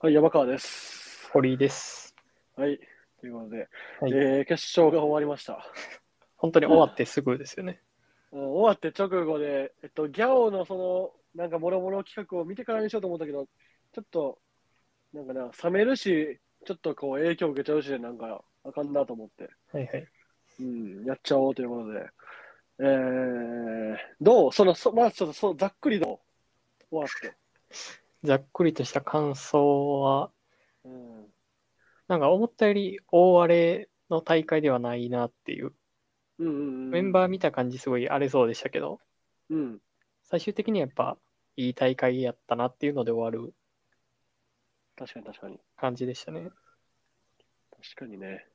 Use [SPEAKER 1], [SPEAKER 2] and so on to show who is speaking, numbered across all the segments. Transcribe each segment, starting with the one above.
[SPEAKER 1] はい、山川です。
[SPEAKER 2] 堀井です。
[SPEAKER 1] はい、ということで、
[SPEAKER 2] はい
[SPEAKER 1] えー決勝が終わりました。
[SPEAKER 2] 本当に終わってすぐですよね。
[SPEAKER 1] うん終わって直後で、えっと、ギャオのその、なんか、もろもろ企画を見てからにしようと思ったけど、ちょっと、なんかな、冷めるし、ちょっとこう、影響受けちゃうしで、なんか、あかんなと思って、
[SPEAKER 2] はいはい。
[SPEAKER 1] うん、やっちゃおうということで、えー、どうその、そまあ、ちょっとそう、ざっくりどう終わって。
[SPEAKER 2] ざっくりとした感想は、
[SPEAKER 1] うん、
[SPEAKER 2] なんか思ったより大荒れの大会ではないなっていう、
[SPEAKER 1] うんうん、
[SPEAKER 2] メン
[SPEAKER 1] ー、
[SPEAKER 2] バー見た感じすごい荒れそうでしたけど、
[SPEAKER 1] うん、
[SPEAKER 2] 最終的にやっぱいい大会やったなっていうので終わる
[SPEAKER 1] 確かに確かに。
[SPEAKER 2] 感じでしたね。
[SPEAKER 1] 確かにね。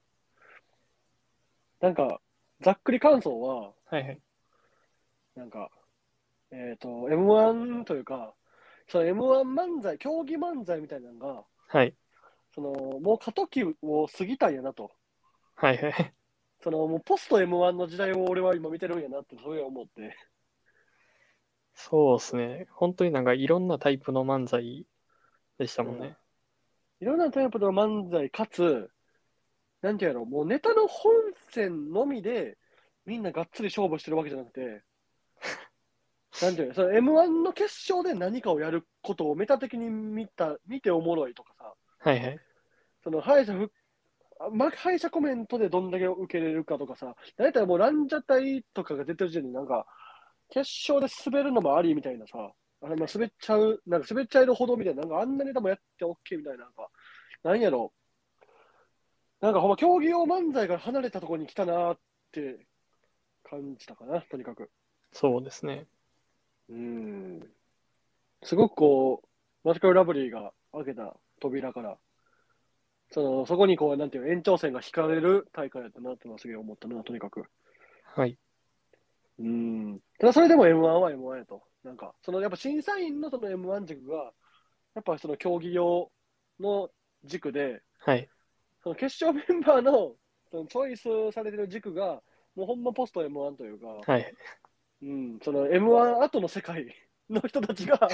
[SPEAKER 1] なんか、ざっくり感想は、
[SPEAKER 2] はいはい。
[SPEAKER 1] なんか、えっ、と、M1 というか、その M1 漫才、競技漫才みたいなのが、
[SPEAKER 2] はい。
[SPEAKER 1] その、もう過渡期を過ぎたんやなと。
[SPEAKER 2] はいはい。
[SPEAKER 1] その、もうポスト M1 の時代を俺は今見てるんやなって、そういう思って。
[SPEAKER 2] そうですね。本当になんかいろんなタイプの漫才でしたもんね。
[SPEAKER 1] いろんなタイプの漫才、かつ、なんていうの、もうネタの本線のみで、みんながっつり勝負してるわけじゃなく て、なんていうの、その M1 の決勝で何かをやることをメタ的に見た、見ておもろいとかさ、
[SPEAKER 2] はいはい。
[SPEAKER 1] その敗者復あま敗者コメントでどんだけ受けれるかとかさ、大体もうランジャタイとかが出てる時点で、なんか、決勝で滑るのもありみたいなさ、あれまあ滑っちゃう、なんか滑っちゃえるほどみたいな、なんかあんなネタもやって OK みたいな、なんか、なんやろ、なんかほんま競技用漫才から離れたところに来たなーって感じたかな、とにかく。
[SPEAKER 2] そうですね。
[SPEAKER 1] うん。すごくこう、マジカルラブリーが開けた扉から、そのそこにこう、なんていうの延長線が引かれる大会だったなってのはすげえ思ったな、とにかく。
[SPEAKER 2] はい。
[SPEAKER 1] うん。ただそれでも M1 は M1 やと。なんか、そのやっぱ審査員のその M1 軸が、やっぱその競技用の軸で、
[SPEAKER 2] はい。
[SPEAKER 1] その決勝メンバーのそのチョイスされてる軸が、もうほんまポスト M1 というか、
[SPEAKER 2] はいはい。
[SPEAKER 1] うん、その M1 後の世界の人たちが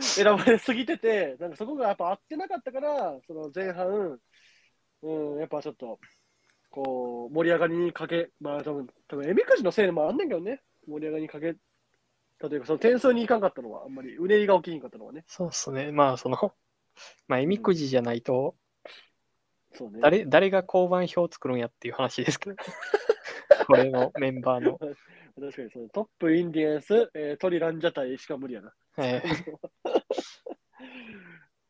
[SPEAKER 1] 選ばれすぎてて、なんかそこがやっぱ合ってなかったから、その前半、うん、やっぱちょっと、こう、盛り上がりにかけ、まあ多分、多分、えみくじのせいでもあんねんけどね、盛り上がりにかけたというか、その点数にいかんかったのは、あんまり、うねりが起きんかったのはね。
[SPEAKER 2] そうですね。まあその、まあ、えみくじじゃないと、
[SPEAKER 1] そうね。
[SPEAKER 2] 誰誰が交番表を作るんやっていう話です けど、これのメンバーの。
[SPEAKER 1] 確かにその、トップインディエンス、えー、トリランジャタイしか無理やな。
[SPEAKER 2] はい、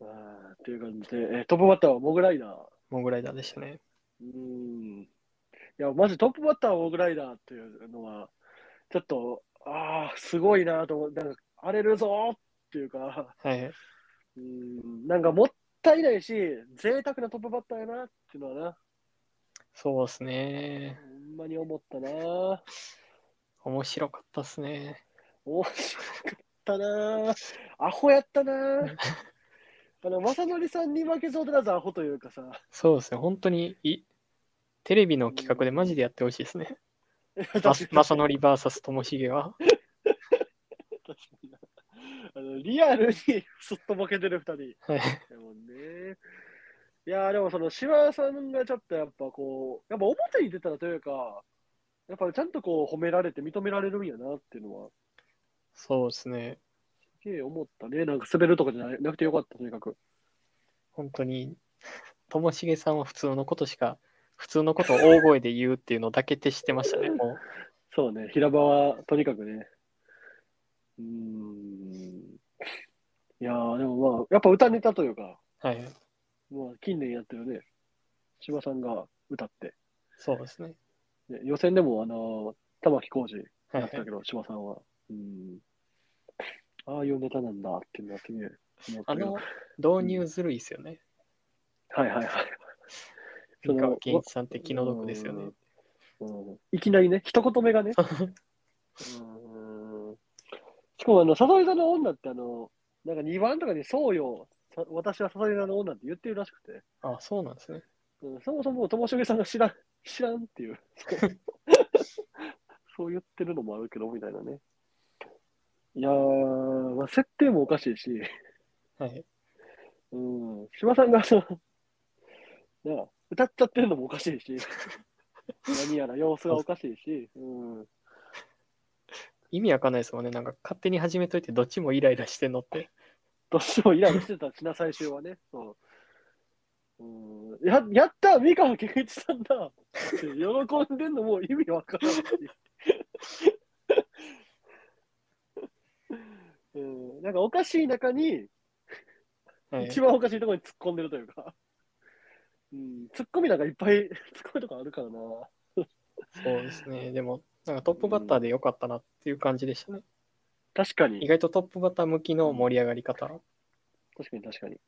[SPEAKER 1] あーっていう感じで、えートップバッターはモグライダー。
[SPEAKER 2] モグライダーでしたね。
[SPEAKER 1] うーんいや、まずトップバッター、オーグライダーっていうのは、ちょっと、ああ、すごいなと思って、なんか荒れるぞーっていうか、
[SPEAKER 2] はいはい、
[SPEAKER 1] うーん、なんかもったいないし、贅沢なトップバッターやなっていうのはな、
[SPEAKER 2] そうですね。
[SPEAKER 1] ほんまに思ったな、面
[SPEAKER 2] 面白かったですね。
[SPEAKER 1] 白かったな、アホやったな、あの、まさのりさんに負けそうでなぜアホというかさ、
[SPEAKER 2] そうですね。本当にいテレビの企画でマジでやってほしいですね。ままさのり VS ともしげは。
[SPEAKER 1] 確かになあのリアルにすっとボケてる2人。
[SPEAKER 2] はい
[SPEAKER 1] だもんね。いやーでもそのシワさんがちょっとやっぱこう、やっぱ表に出たらというか、やっぱちゃんとこう褒められて認められるんやなっていうのは、
[SPEAKER 2] そうですね。
[SPEAKER 1] すげえ思ったね。なんか滑るとかじゃななくてよかった、とにかく。
[SPEAKER 2] 本当に、ともしげさんは普通のことしか、普通のことを大声で言うっていうのだけ徹してましたね。も
[SPEAKER 1] そうね、平場はとにかくね。うーん。いやーでもまあ、やっぱ歌ネタというか、
[SPEAKER 2] う。はいはい。
[SPEAKER 1] まあ近年やってるね、シワさんが歌って。
[SPEAKER 2] そうですね。
[SPEAKER 1] ね予選でもあのー玉置浩二
[SPEAKER 2] はい
[SPEAKER 1] や
[SPEAKER 2] は
[SPEAKER 1] った
[SPEAKER 2] い
[SPEAKER 1] け。ど、柴さんは。うん。ああいうネタなんだっていうのはすげえ思った
[SPEAKER 2] あ
[SPEAKER 1] けど
[SPEAKER 2] の、導入ずるいですよね。
[SPEAKER 1] はいはいはい。そ
[SPEAKER 2] 三
[SPEAKER 1] の
[SPEAKER 2] 河健一さんって気の毒ですよね。
[SPEAKER 1] うんいきなりね、一言目がね。うんしかも、あの、笹井座の女って、あの、なんか2番とかに、そうよ、さ私は笹井座の女って言ってるらしくて、
[SPEAKER 2] あ、そうなんですね。
[SPEAKER 1] うん、そもそもともしげさんが知らん、知らんっていう、 そう言ってるのもあるけど、みたいなね。いやー、まあ、設定もおかしいし、
[SPEAKER 2] はい。
[SPEAKER 1] うん。島さんが、その、なあ歌っちゃってるのもおかしい し、何やら様子がおかしいし、うん。
[SPEAKER 2] 意味わかんないですもんね。なんか勝手に始めといて、どっちもイライラしてんのって。
[SPEAKER 1] どうしてもイライラしてたしな、最終はね。そう。うん、ややった三河健一さんだって喜んでんのもう意味わからんし、 うん、なんかおかしい中に
[SPEAKER 2] はい
[SPEAKER 1] 一番おかしいところに突っ込んでるというか、うん、突っ込みなんかいっぱい突っ込みとかあるからな。
[SPEAKER 2] そうですね。でも、なんかトップバッターでよかったなっていう感じでしたね。
[SPEAKER 1] 確か
[SPEAKER 2] 意
[SPEAKER 1] に、
[SPEAKER 2] 外とトップバッター向きの盛り上がり方。
[SPEAKER 1] 確かに確かに。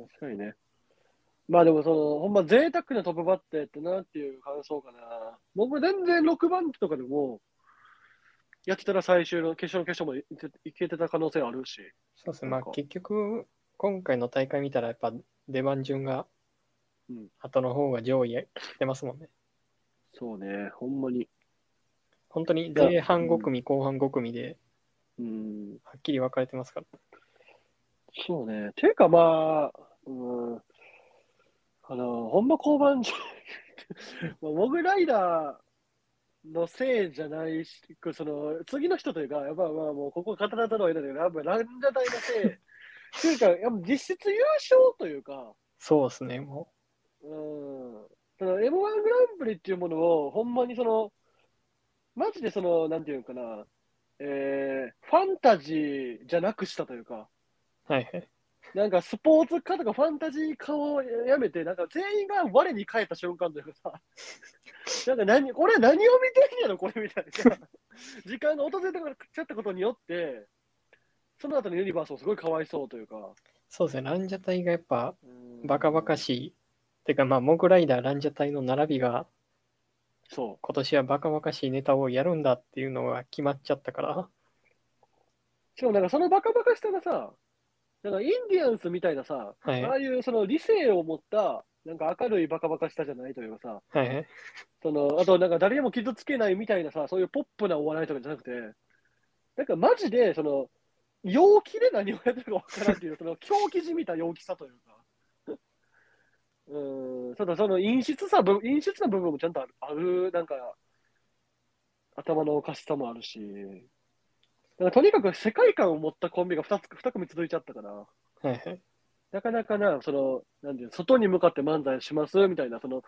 [SPEAKER 1] 確かにね。まあでもその、ほんま贅沢なトップバッターやったなっていう感想かな。僕全然6番手とかでも、やってたら最終の決勝の決勝までいけいけてた可能性あるし。
[SPEAKER 2] そうですね。ま
[SPEAKER 1] なん
[SPEAKER 2] あ
[SPEAKER 1] か
[SPEAKER 2] 結局、今回の大会見たら、やっぱ出番順が
[SPEAKER 1] うん、
[SPEAKER 2] 後の方が上位へ来てますもんね。
[SPEAKER 1] そうね、ほんまに。
[SPEAKER 2] 本当に
[SPEAKER 1] じゃあ
[SPEAKER 2] 前半5組、後半5組で、
[SPEAKER 1] うん、
[SPEAKER 2] はっきり分かれてますから。
[SPEAKER 1] そうね。ていうかまあ、うん、あの、ほんま交番じゃ、 まあモグライダーのせいじゃないし、その、次の人というか、やっぱまあもう、ここ語らざるを得ないけど、やっぱランジャタイのせい。というか、やっぱ実質優勝というか、
[SPEAKER 2] そうですね。も
[SPEAKER 1] うん、その M1 グランプリっていうものを、ほんまにその、マジでその、なんていうのかな、えー、ファンタジーじゃなくしたというか、
[SPEAKER 2] う、はいはい。
[SPEAKER 1] なんかスポーツ科とかファンタジー科をやめて、なんか全員が我に返った瞬間というかさ、 なんか何、俺は何を見てんやろ、これみたいな。 時間が訪れてくちゃったことによって、その後のユニバースもすごいかわいそうというか。
[SPEAKER 2] そうですね。ランジャタイがやっぱ
[SPEAKER 1] うん
[SPEAKER 2] バカバカしい。てか、まあ、モグライダー、ランジャタイの並びが、
[SPEAKER 1] そ
[SPEAKER 2] 今年はバカバカしいネタをやるんだっていうのが決まっちゃったから、
[SPEAKER 1] う。しかもなんかそのバカバカしさがさ、なんかインディアンスみたいなさ、
[SPEAKER 2] はい
[SPEAKER 1] ああいうその理性を持った、なんか明るいバカバカしさじゃないというかさ、
[SPEAKER 2] はいはい。
[SPEAKER 1] そのあと、なんか誰にも傷つけないみたいなさ、そういうポップなお笑いとかじゃなくて、なんかマジで、その、陽気で何をやってるか分からんっていう、その狂気じみた陽気さというか、 うーん、ただその陰湿さ、ぶ陰湿な部分もちゃんとある、あるなんか、頭のおかしさもあるし、なんかとにかく世界観を持ったコンビが2つ、二組続いちゃったから、
[SPEAKER 2] はいはい。
[SPEAKER 1] なかなかな、その、なんていうの外に向かって漫才しますみたいな、その、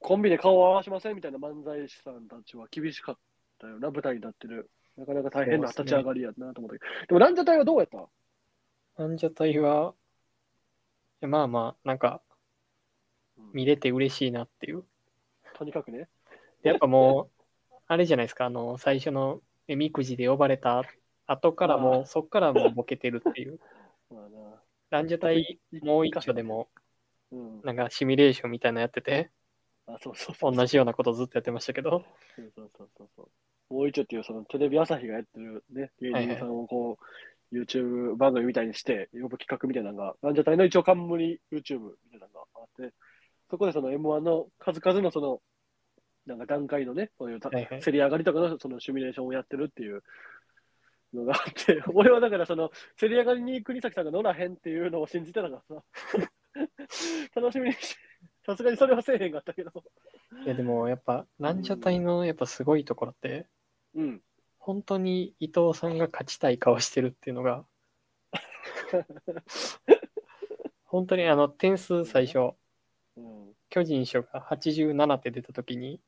[SPEAKER 1] コンビで顔を合わしませんみたいな漫才師さんたちは厳しかったよな、舞台になってる。なかなか大変な
[SPEAKER 2] そうです
[SPEAKER 1] 立
[SPEAKER 2] ね
[SPEAKER 1] ち上がりやなと思ったけど。でも、ランジャタイはどうやった
[SPEAKER 2] ランジャタイは、いやまあまあ、なんか、見れて嬉しいなっていう。
[SPEAKER 1] とにかくね。
[SPEAKER 2] やっぱも う、あれじゃないですか、あの、最初のえみくじで呼ばれた後からも
[SPEAKER 1] あ
[SPEAKER 2] う、そっからもうボケてるっていう。
[SPEAKER 1] まあな。
[SPEAKER 2] ランジャタイ、もう一丁でも、
[SPEAKER 1] うん。
[SPEAKER 2] なんかシミュレーションみたいなのやってて、
[SPEAKER 1] あ、そうそうそう。
[SPEAKER 2] 同じようなことずっとやってましたけど、
[SPEAKER 1] そうそうそうそうそう。もう一丁っていう、そのテレビ朝日がやってるね、芸人さんをこう、YouTube 番組みたいにして、呼ぶ企画みたいなのが、ランジャタイの一応冠 YouTube みたいなのがあって、そこでその M1 の数々のその、なんか段階のね、そういうた
[SPEAKER 2] はいはい
[SPEAKER 1] 競り上がりとかのそのシミュレーションをやってるっていうのがあって、 俺はだからその、競り上がりに国崎さんが乗らへんっていうのを信じてたからさ、 楽しみにし、さすがにそれはせえへんかったけど。
[SPEAKER 2] いやでもやっぱ、ランジャタイのやっぱすごいところって、
[SPEAKER 1] うん。
[SPEAKER 2] 本当に伊藤さんが勝ちたい顔してるっていうのが本当にあの点数最初
[SPEAKER 1] うん。
[SPEAKER 2] 巨人賞が87って出た時に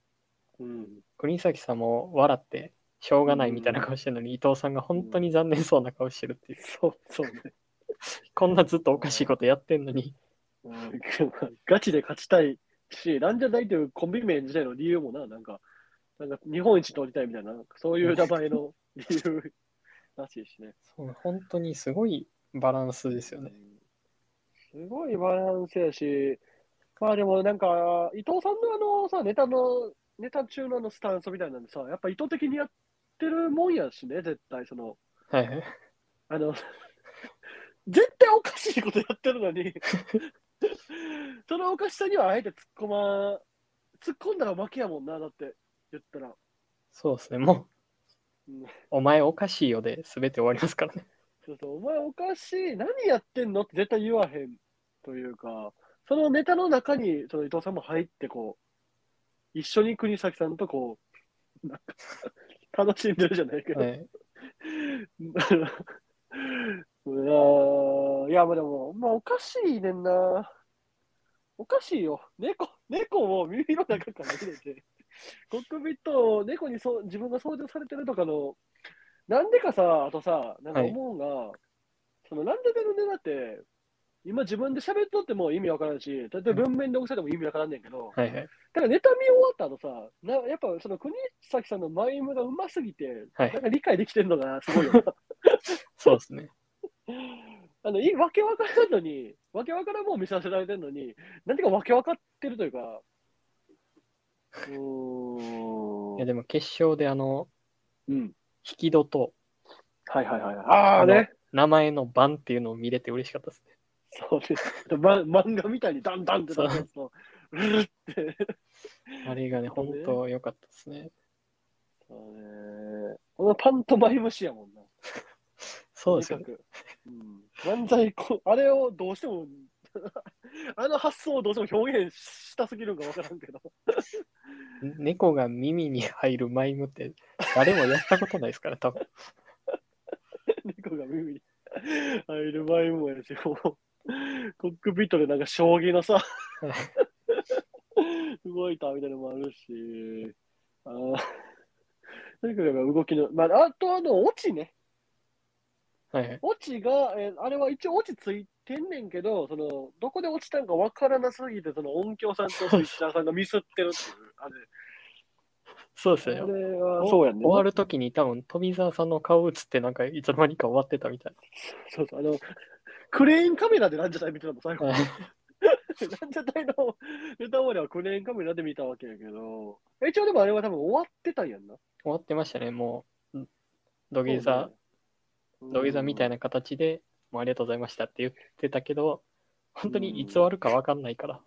[SPEAKER 1] うん。
[SPEAKER 2] 国崎さんも笑ってしょうがないみたいな顔してるのに、伊藤さんが本当に残念そうな顔してるっていう
[SPEAKER 1] そう、そうね。
[SPEAKER 2] こんなずっとおかしいことやってんのに
[SPEAKER 1] うん ガチで勝ちたいし、ランジャタイというコンビ名自体の理由もな、なんか、なんか日本一取りたいみたいな、なんかそういう名前の理由らしいしね。
[SPEAKER 2] そう本当にすごいバランスですよね
[SPEAKER 1] すごいバランスやし、まあでもなんか、伊藤さんのあのさ、ネタの、ネタ中のあのスタンスみたいなんでさ、やっぱ意図的にやってるもんやしね、絶対、その、
[SPEAKER 2] はいはい
[SPEAKER 1] あの、 絶対おかしいことやってるのに、 そのおかしさにはあえて突っ込ま、突っ込んだら負けやもんな、だって言ったら。
[SPEAKER 2] そうですねもう
[SPEAKER 1] うん
[SPEAKER 2] お前おかしいよで全て終わりますからね
[SPEAKER 1] ちょっとお前おかしい、何やってんのって絶対言わへんというか、そのネタの中にその伊藤さんも入って、こう、一緒に国崎さんとこう、なんか楽しんでるじゃないけど、
[SPEAKER 2] はい、
[SPEAKER 1] うわーいや、まあでも、まあおかしいねんな。おかしいよ。猫、猫を耳の中から入れて、 コックピットを猫にそう自分が操縦されてるとかの、なんでかさ、あとさ、なんか思うんが、そのランダムのネタって、今自分で喋っとっても意味わからんし、例えば文面で起きせても意味わからんねんけど、
[SPEAKER 2] はいはい。
[SPEAKER 1] だからネタ見終わった後さ、なやっぱその国崎さんのマイムがうますぎて、
[SPEAKER 2] はい
[SPEAKER 1] なんか理解できてるのがすごいよな。
[SPEAKER 2] そうですね。
[SPEAKER 1] あの、いわけわからんのに、わけわからんもん見させられてんのに、なんていうかわけわかってるというか、う
[SPEAKER 2] い
[SPEAKER 1] ー
[SPEAKER 2] や
[SPEAKER 1] ん。
[SPEAKER 2] でも決勝であの、
[SPEAKER 1] うん。
[SPEAKER 2] 引き戸と
[SPEAKER 1] はいはいはい。ああね。
[SPEAKER 2] 名前の番っていうのを見れて嬉しかったですね。
[SPEAKER 1] そうです。ま、漫画みたいにダンダンってなると、うるって。
[SPEAKER 2] あれがね、
[SPEAKER 1] そう
[SPEAKER 2] 本
[SPEAKER 1] ね
[SPEAKER 2] 当良かったですね。
[SPEAKER 1] そうね。このパントマイム師やもんな。
[SPEAKER 2] そうですよね。
[SPEAKER 1] とにかくうん、漫才こ、あれをどうしても、あの発想をどうしても表現したすぎるんかわからんけど。
[SPEAKER 2] 猫が耳に入るマイムって誰もやったことないですから、多分。
[SPEAKER 1] 猫が耳に入る場合もやし、もう、コックピットでなんか将棋のさ、動いたみたいなのもあるし、あーとにかく動きの、まあ、あとあの、オチね。
[SPEAKER 2] はいはい。
[SPEAKER 1] オチが、えーあれは一応オチついてんねんけど、その、どこで落ちたんかわからなすぎて、その音響さんとスイッチャーさんがミスってるっていう、あれ。
[SPEAKER 2] そうです
[SPEAKER 1] あ
[SPEAKER 2] よね。
[SPEAKER 1] れは、そうやんね。
[SPEAKER 2] 終わるときに多分富澤さんの顔映ってなんかいつの間にか終わってたみたい
[SPEAKER 1] そうそう、あの、クレーンカメラでランジャタイ見てたもん、最後。
[SPEAKER 2] な。
[SPEAKER 1] ランジャタイのネタ終わりはクレーンカメラで見たわけやけど、一応でもあれは多分終わってたんやんな。
[SPEAKER 2] 終わってましたね、もう。ん土下座、土下座みたい
[SPEAKER 1] な。
[SPEAKER 2] な形で、もうありがとうございましたって言ってたけど、本当にいつ
[SPEAKER 1] うん
[SPEAKER 2] 終わるか分かんないから。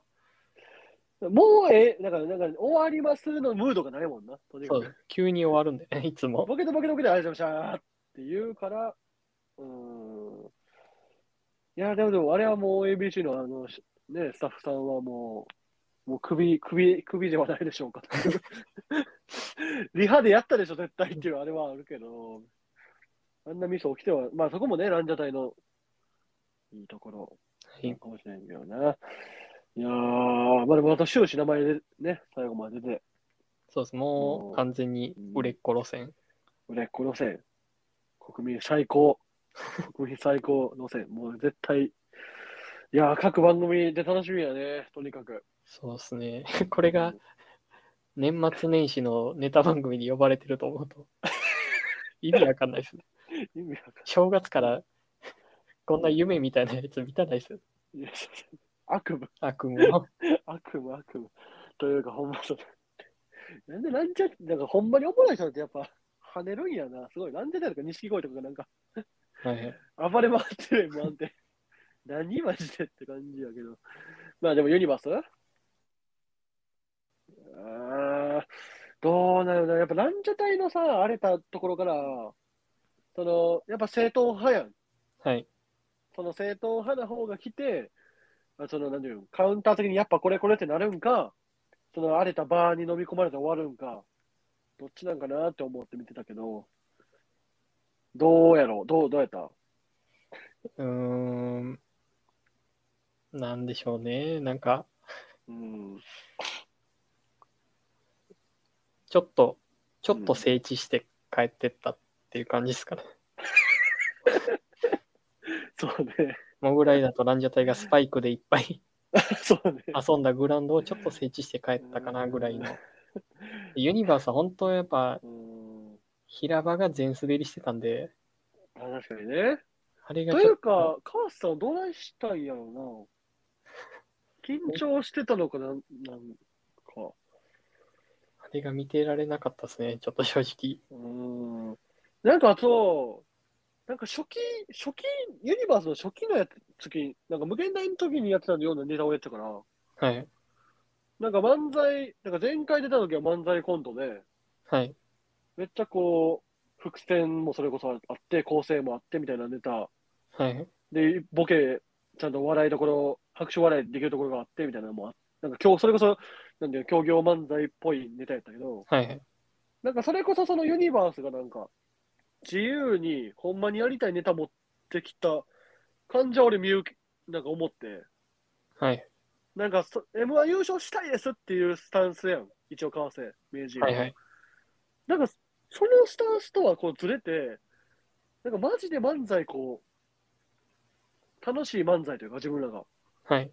[SPEAKER 1] もうええ、だから、なんか終わりますのムードがないもんな、とに
[SPEAKER 2] そ
[SPEAKER 1] か
[SPEAKER 2] う
[SPEAKER 1] く。
[SPEAKER 2] 急に終わるんでね、 いつも。
[SPEAKER 1] ボケとボケとボケでありがとうございましたって言うから、うーん。いや、でもでもあれはもう ABC のあの、しね、スタッフさんはもう、もう首、首、首ではないでしょうか。 リハでやったでしょ、絶対っていうあれはあるけど、あんなミス起きては、まあそこもね、ランジャタイのいいところ
[SPEAKER 2] はい
[SPEAKER 1] かもしれんけどな。いやー、まあでもまた終始名前でね、最後まで出て、
[SPEAKER 2] そうです。
[SPEAKER 1] も
[SPEAKER 2] も
[SPEAKER 1] う
[SPEAKER 2] う完全に売れっ子路線。
[SPEAKER 1] 売れっ子路線、国民最高、国民最高路線、もう絶対、いやー、各番組で楽しみやね、とにかく。
[SPEAKER 2] そうですね。 これが年末年始のネタ番組に呼ばれてると思 うと、意味わかんないですね。
[SPEAKER 1] 意味わかん
[SPEAKER 2] 正月からこんな夢みたいなやつ見たないですよ。
[SPEAKER 1] ないいや悪夢、
[SPEAKER 2] 悪夢 の。
[SPEAKER 1] 悪夢、悪夢。というか、ほんまそれ。なんでランジャなんかほんまにおもろい人ってやっぱ跳ねるんやな。すごい。ランジャタイとか錦鯉とかがなんか
[SPEAKER 2] はい、
[SPEAKER 1] 暴れ回ってるもんで。 何マジでって感じやけど。まあでもユニバースあーどうなるな。やっぱランジャタイのさ、荒れたところから、その、やっぱ正統派やん。
[SPEAKER 2] はい。
[SPEAKER 1] その正統派な方が来て、あその、なんていうのカウンター的にやっぱこれこれってなるんか、その荒れたバーに飲み込まれて終わるんか、どっちなんかなって思って見てたけど、どうやろうどう、どうやった
[SPEAKER 2] うーん。なんでしょうね。なんか、
[SPEAKER 1] うん。
[SPEAKER 2] ちょっと、ちょっと整地して帰ってったっていう感じですかね。
[SPEAKER 1] そうね。
[SPEAKER 2] モグライダーとランジャタイがスパイクでいっぱい
[SPEAKER 1] そうね。
[SPEAKER 2] 遊んだグラウンドをちょっと整地して帰ったかなぐらいの。ユニバースは本当やっぱ
[SPEAKER 1] うん。
[SPEAKER 2] 平場が全滑りしてたんで、
[SPEAKER 1] あ確かにね。
[SPEAKER 2] あれが
[SPEAKER 1] と
[SPEAKER 2] ち
[SPEAKER 1] い
[SPEAKER 2] ょっ
[SPEAKER 1] うか、川瀬さんどないしたいやろうな。緊張してたのかな、なんか。
[SPEAKER 2] あれが見てられなかったですね、ちょっと正直。
[SPEAKER 1] うんなんかあと、なんか初期、初期、ユニバースの初期のやつ時、なんか無限大の時にやってたようなネタをやってたから、
[SPEAKER 2] はい。
[SPEAKER 1] なんか漫才、なんか前回出た時は漫才コントで、
[SPEAKER 2] はい。
[SPEAKER 1] めっちゃこう、伏線もそれこそあって、構成もあってみたいなネタ、
[SPEAKER 2] はい。
[SPEAKER 1] で、ボケ、ちゃんと笑いどころ、拍手笑いできるところがあってみたいなのもあって、なんか今日、それこそ、なんていうの、協業漫才っぽいネタやったけど、
[SPEAKER 2] はいはい。
[SPEAKER 1] なんかそれこそそのユニバースがなんか、自由に、ほんまにやりたいネタ持ってきた感じは俺見受け、なんか思って、
[SPEAKER 2] はい。
[SPEAKER 1] なんかそ M1 優勝したいですっていうスタンスやん、一応、川瀬、明治。
[SPEAKER 2] はいはい。
[SPEAKER 1] なんか、そのスタンスとはこうずれて、なんかマジで漫才こう、楽しい漫才というか、自分らが。
[SPEAKER 2] はい。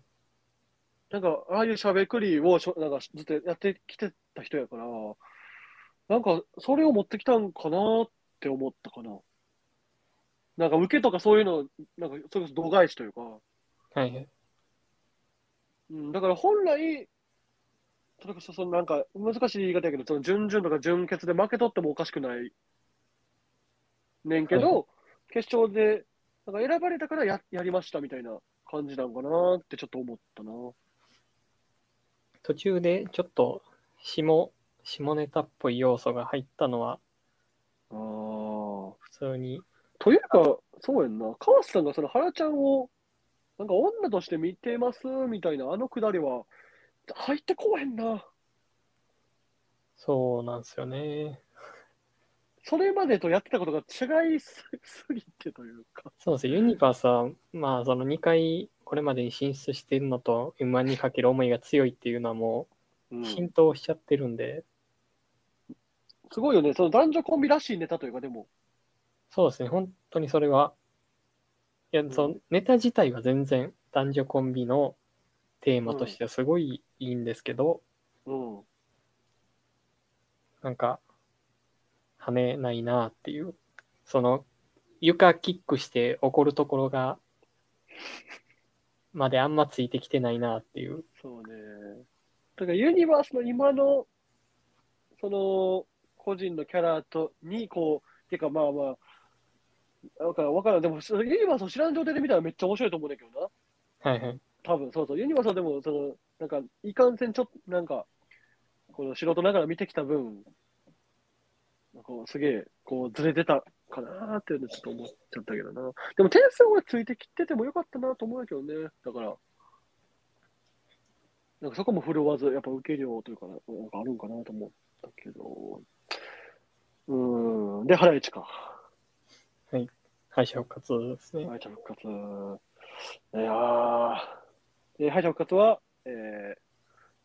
[SPEAKER 1] なんか、ああいうしゃべくりをしょなんかずっとやってきてた人やから、なんか、それを持ってきたんかなって思ったかな。なんか、受けとかそういうの、なんか、それこそ度外視というか、
[SPEAKER 2] はいはい。
[SPEAKER 1] うん、だから本来、それこそ、そのなんか、難しい言い方やけど、その準々とか準決で負け取ってもおかしくないねんけど、決勝で、なんか選ばれたからややりましたみたいな感じなんかなってちょっと思ったな。
[SPEAKER 2] 途中でちょっと下、下ネタっぽい要素が入ったのは
[SPEAKER 1] ああ。
[SPEAKER 2] 普通に、
[SPEAKER 1] というか、そうやんな、川瀬さんがその原ちゃんを、なんか女として見てますみたいな、あのくだりは、入ってこうへんな。
[SPEAKER 2] そうなんですよね。
[SPEAKER 1] それまでとやってたことが違いすすぎてというか。
[SPEAKER 2] そうですね。ユニバースは、まあその2回これまでに進出しているのと、M1 にかける思いが強いっていうのはもう浸透しちゃってるんで、
[SPEAKER 1] すごいよね、その男女コンビらしいネタというか、でも、
[SPEAKER 2] そうですね、本当にそれは。いや、
[SPEAKER 1] ん
[SPEAKER 2] そのネタ自体は全然男女コンビのテーマとしてはすごいいいんですけど、
[SPEAKER 1] うん、う
[SPEAKER 2] なんか、跳ねないなっていう。その、床キックして怒るところが、まであんまついてきてないなっていう。
[SPEAKER 1] そうね。だからユニバースの今の、その、個人のキャラとに、こう、てかまあまあ、わからん、わからん、でも、そのユニバースを知らん状態で見たらめっちゃ面白いと思うんだけどな。
[SPEAKER 2] はいはい。
[SPEAKER 1] 多分そうそう、ユニバーサルでも、その、なんか、いかんせん、ちょっと、なんか、この素人ながら見てきた分、なんかすげえ、こう、ずれてたかなーっていうのちょっと思っちゃったけどな。でも、点数はついてきててもよかったなと思うけどね。だから、なんかそこも振るわず、やっぱ受け量というか、なんかあるんかなと思ったけど。うーん。で、原市か。
[SPEAKER 2] 敗者復活ですね。
[SPEAKER 1] 敗者復活。いやーえー敗者復活は、えー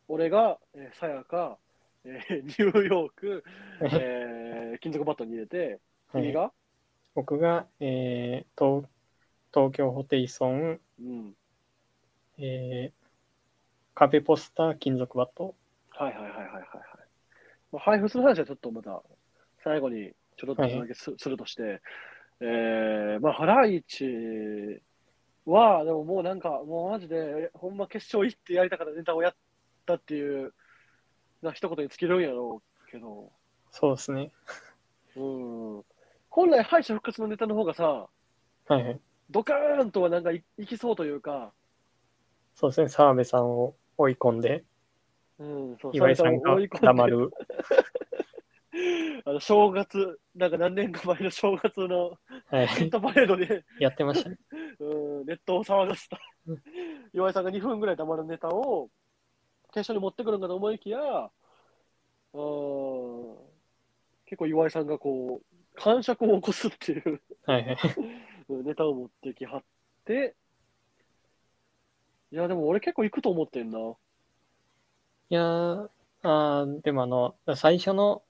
[SPEAKER 1] 俺が、えーさやか、えーニューヨーク、 えー金属バットに入れて、
[SPEAKER 2] はい
[SPEAKER 1] 君が、
[SPEAKER 2] 僕が、えー、東東京ホテイソン、
[SPEAKER 1] うん。
[SPEAKER 2] えー、壁ポスター、金属バット。
[SPEAKER 1] はいはいはいはいはいはい。まあ、配布する話はちょっとまた、最後にちょろっとだけす,、するとして、えー、まあ、ハライチは、でももうなんか、もうマジで、ほんま決勝行ってやりたかったネタをやったっていう、な一言に尽きるんやろうけど、
[SPEAKER 2] そうですね。
[SPEAKER 1] うん。本来敗者復活のネタの方がさ、
[SPEAKER 2] はいはい。
[SPEAKER 1] ドカーンとはなんかいいきそうというか、
[SPEAKER 2] そうですね。澤部さんを追い込んで、
[SPEAKER 1] うん、そう
[SPEAKER 2] 岩井さん
[SPEAKER 1] それと
[SPEAKER 2] が
[SPEAKER 1] 追い込んで
[SPEAKER 2] 黙る。
[SPEAKER 1] あの正月、なんか何年か前の正月の
[SPEAKER 2] は
[SPEAKER 1] ヒッ
[SPEAKER 2] い。
[SPEAKER 1] トパレードで、
[SPEAKER 2] やってましたね。
[SPEAKER 1] うん、ネットを騒がせた
[SPEAKER 2] うん
[SPEAKER 1] 岩井さんが2分ぐらい黙るネタを決勝に持ってくるんかと思いきや、うん、結構岩井さんがこう、感触を起こすっていう
[SPEAKER 2] はいはい。
[SPEAKER 1] うんネタを持ってきはって、いや、でも俺結構行くと思ってんな。
[SPEAKER 2] いやー、あーでもあの、最初の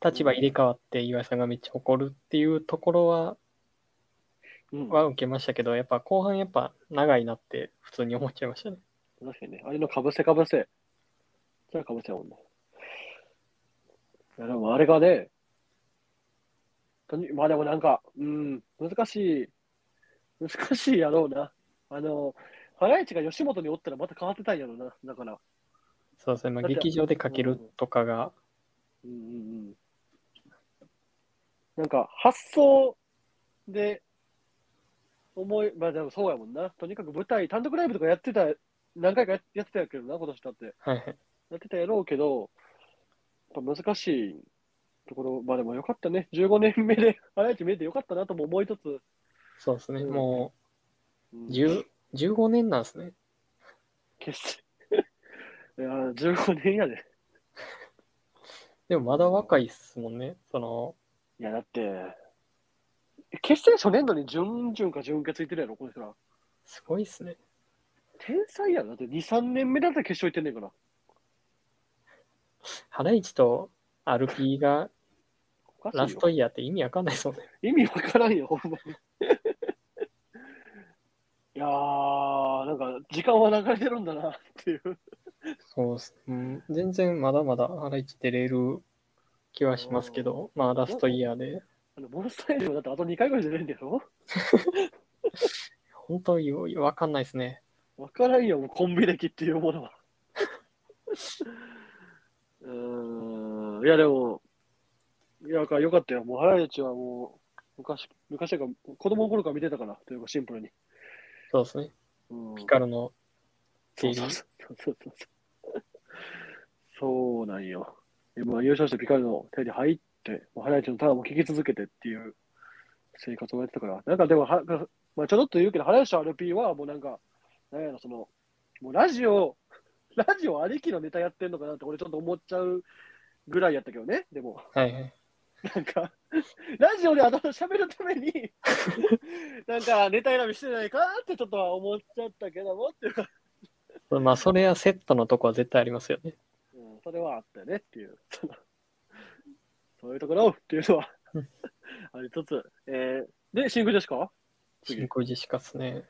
[SPEAKER 2] 立場入れ替わって岩井さんがめっちゃ怒るっていうところは、
[SPEAKER 1] うん、
[SPEAKER 2] は受けましたけど、やっぱ後半やっぱ長いなって普通に思っちゃいましたね。
[SPEAKER 1] 確かにね。あれのかぶせかぶせ。それはかぶせやもんね。いや、でもあれがね、とにまあでもなんか、うん、難しい、難しいやろうな。あの、ハライチが吉本におったらまた変わってたんやろうな。だから。
[SPEAKER 2] そうですね。まあ
[SPEAKER 1] だって
[SPEAKER 2] 劇場でかけるとかが、
[SPEAKER 1] うんうんうん。なんか、発想で、思い、まあでもそうやもんな。とにかく舞台、単独ライブとかやってた、何回かややってたけどな、今年だって。
[SPEAKER 2] はいはい。
[SPEAKER 1] やってたやろうけど、やっぱ難しいところまでもよかったね。15年目で 荒井地見れてよかったなとも思いつつ、
[SPEAKER 2] そうですね。
[SPEAKER 1] うん
[SPEAKER 2] も
[SPEAKER 1] うん
[SPEAKER 2] う、10 15年なんですね。
[SPEAKER 1] 決して。 いやー、15年やで。
[SPEAKER 2] でもまだ若いっすもんね。その、
[SPEAKER 1] いや、だって、決して初年度に準々か準決いってるやろ、この人ら。
[SPEAKER 2] すごいっすね。
[SPEAKER 1] 天才やろ。だって2、3年目だったら決勝行ってんねんから。
[SPEAKER 2] ハライチとアルピーが
[SPEAKER 1] おか
[SPEAKER 2] ラ
[SPEAKER 1] しい
[SPEAKER 2] ス
[SPEAKER 1] よ
[SPEAKER 2] ト。イヤーって意味わかんないですもんね。
[SPEAKER 1] 意味わからんよ、ほんまに。 いやー、なんか、時間は流れてるんだなっていう。
[SPEAKER 2] そうっす。うん、全然まだまだハライチ出れる気はしますけど、まあラストイヤーで、
[SPEAKER 1] あのモンスターエイジもだってあと2回ぐらい出れるんだよ。
[SPEAKER 2] 本当にわかんないですね。
[SPEAKER 1] わからんよ、もうコンビ歴っていうものは。 うーん、いや、でも、いや、だからよかったよ。もう、原口はもう、昔、昔というか、子供の頃から見てたから、というか、シンプルに。
[SPEAKER 2] そうですね。
[SPEAKER 1] うん、
[SPEAKER 2] ピカルの
[SPEAKER 1] そうそうそうそうそうそう。そうなんよ。今、優勝してピカルの手に入って、もうハライチのターンも聞き続けてっていう生活をやってたから、なんかでもは、まあ、ちょろっと言うけど、ハライチと RP はもうなんか、なんやろ、その、もうラジオ、ラジオありきのネタやってんのかなって、俺ちょっと思っちゃうぐらいやったけどね、でも、
[SPEAKER 2] はいはい。
[SPEAKER 1] なんか、ラジオであの喋るために、なんかネタ選びしてないかなってちょっとは思っちゃったけどもっていうか、
[SPEAKER 2] まあそれはセットのとこは絶対ありますよね。
[SPEAKER 1] うん、それはあったよねっていう、 そのそういうところっていうのは
[SPEAKER 2] う
[SPEAKER 1] ありつつ、えー、で、真空女子か次
[SPEAKER 2] 真空ジェシカっすね。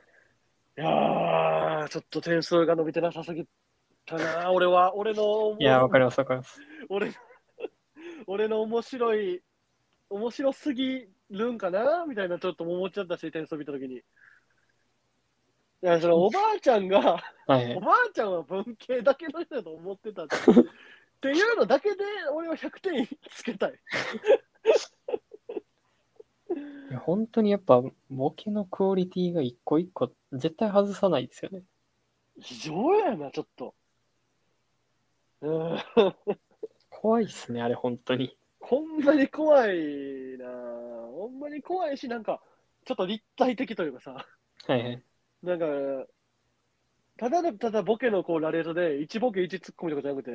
[SPEAKER 1] いやー、ちょっと点数が伸びてなさすぎたな、俺は、俺の思う、
[SPEAKER 2] いや、わかりますわかります。
[SPEAKER 1] 俺の、俺の面白い、面白すぎるんかなみたいな、ちょっと思っちゃったし、点数見たときに。いや、そのおばあちゃんが、
[SPEAKER 2] はい
[SPEAKER 1] お
[SPEAKER 2] はい。
[SPEAKER 1] ばあちゃんは文系だけの人だと思ってたってっていうのだけで俺は100点つけたい。
[SPEAKER 2] いや本当にやっぱボケのクオリティが一個一個絶対外さないですよね。
[SPEAKER 1] 異常やな、ちょっと。うーん
[SPEAKER 2] 怖いっすね、あれ本当に。
[SPEAKER 1] ほんまに怖いなほんまに怖いし、なんか、ちょっと立体的というかさ、
[SPEAKER 2] はいはい。
[SPEAKER 1] なんか、ただただボケのこうラレートで、1ボケ1ツッコミとかじゃなくて、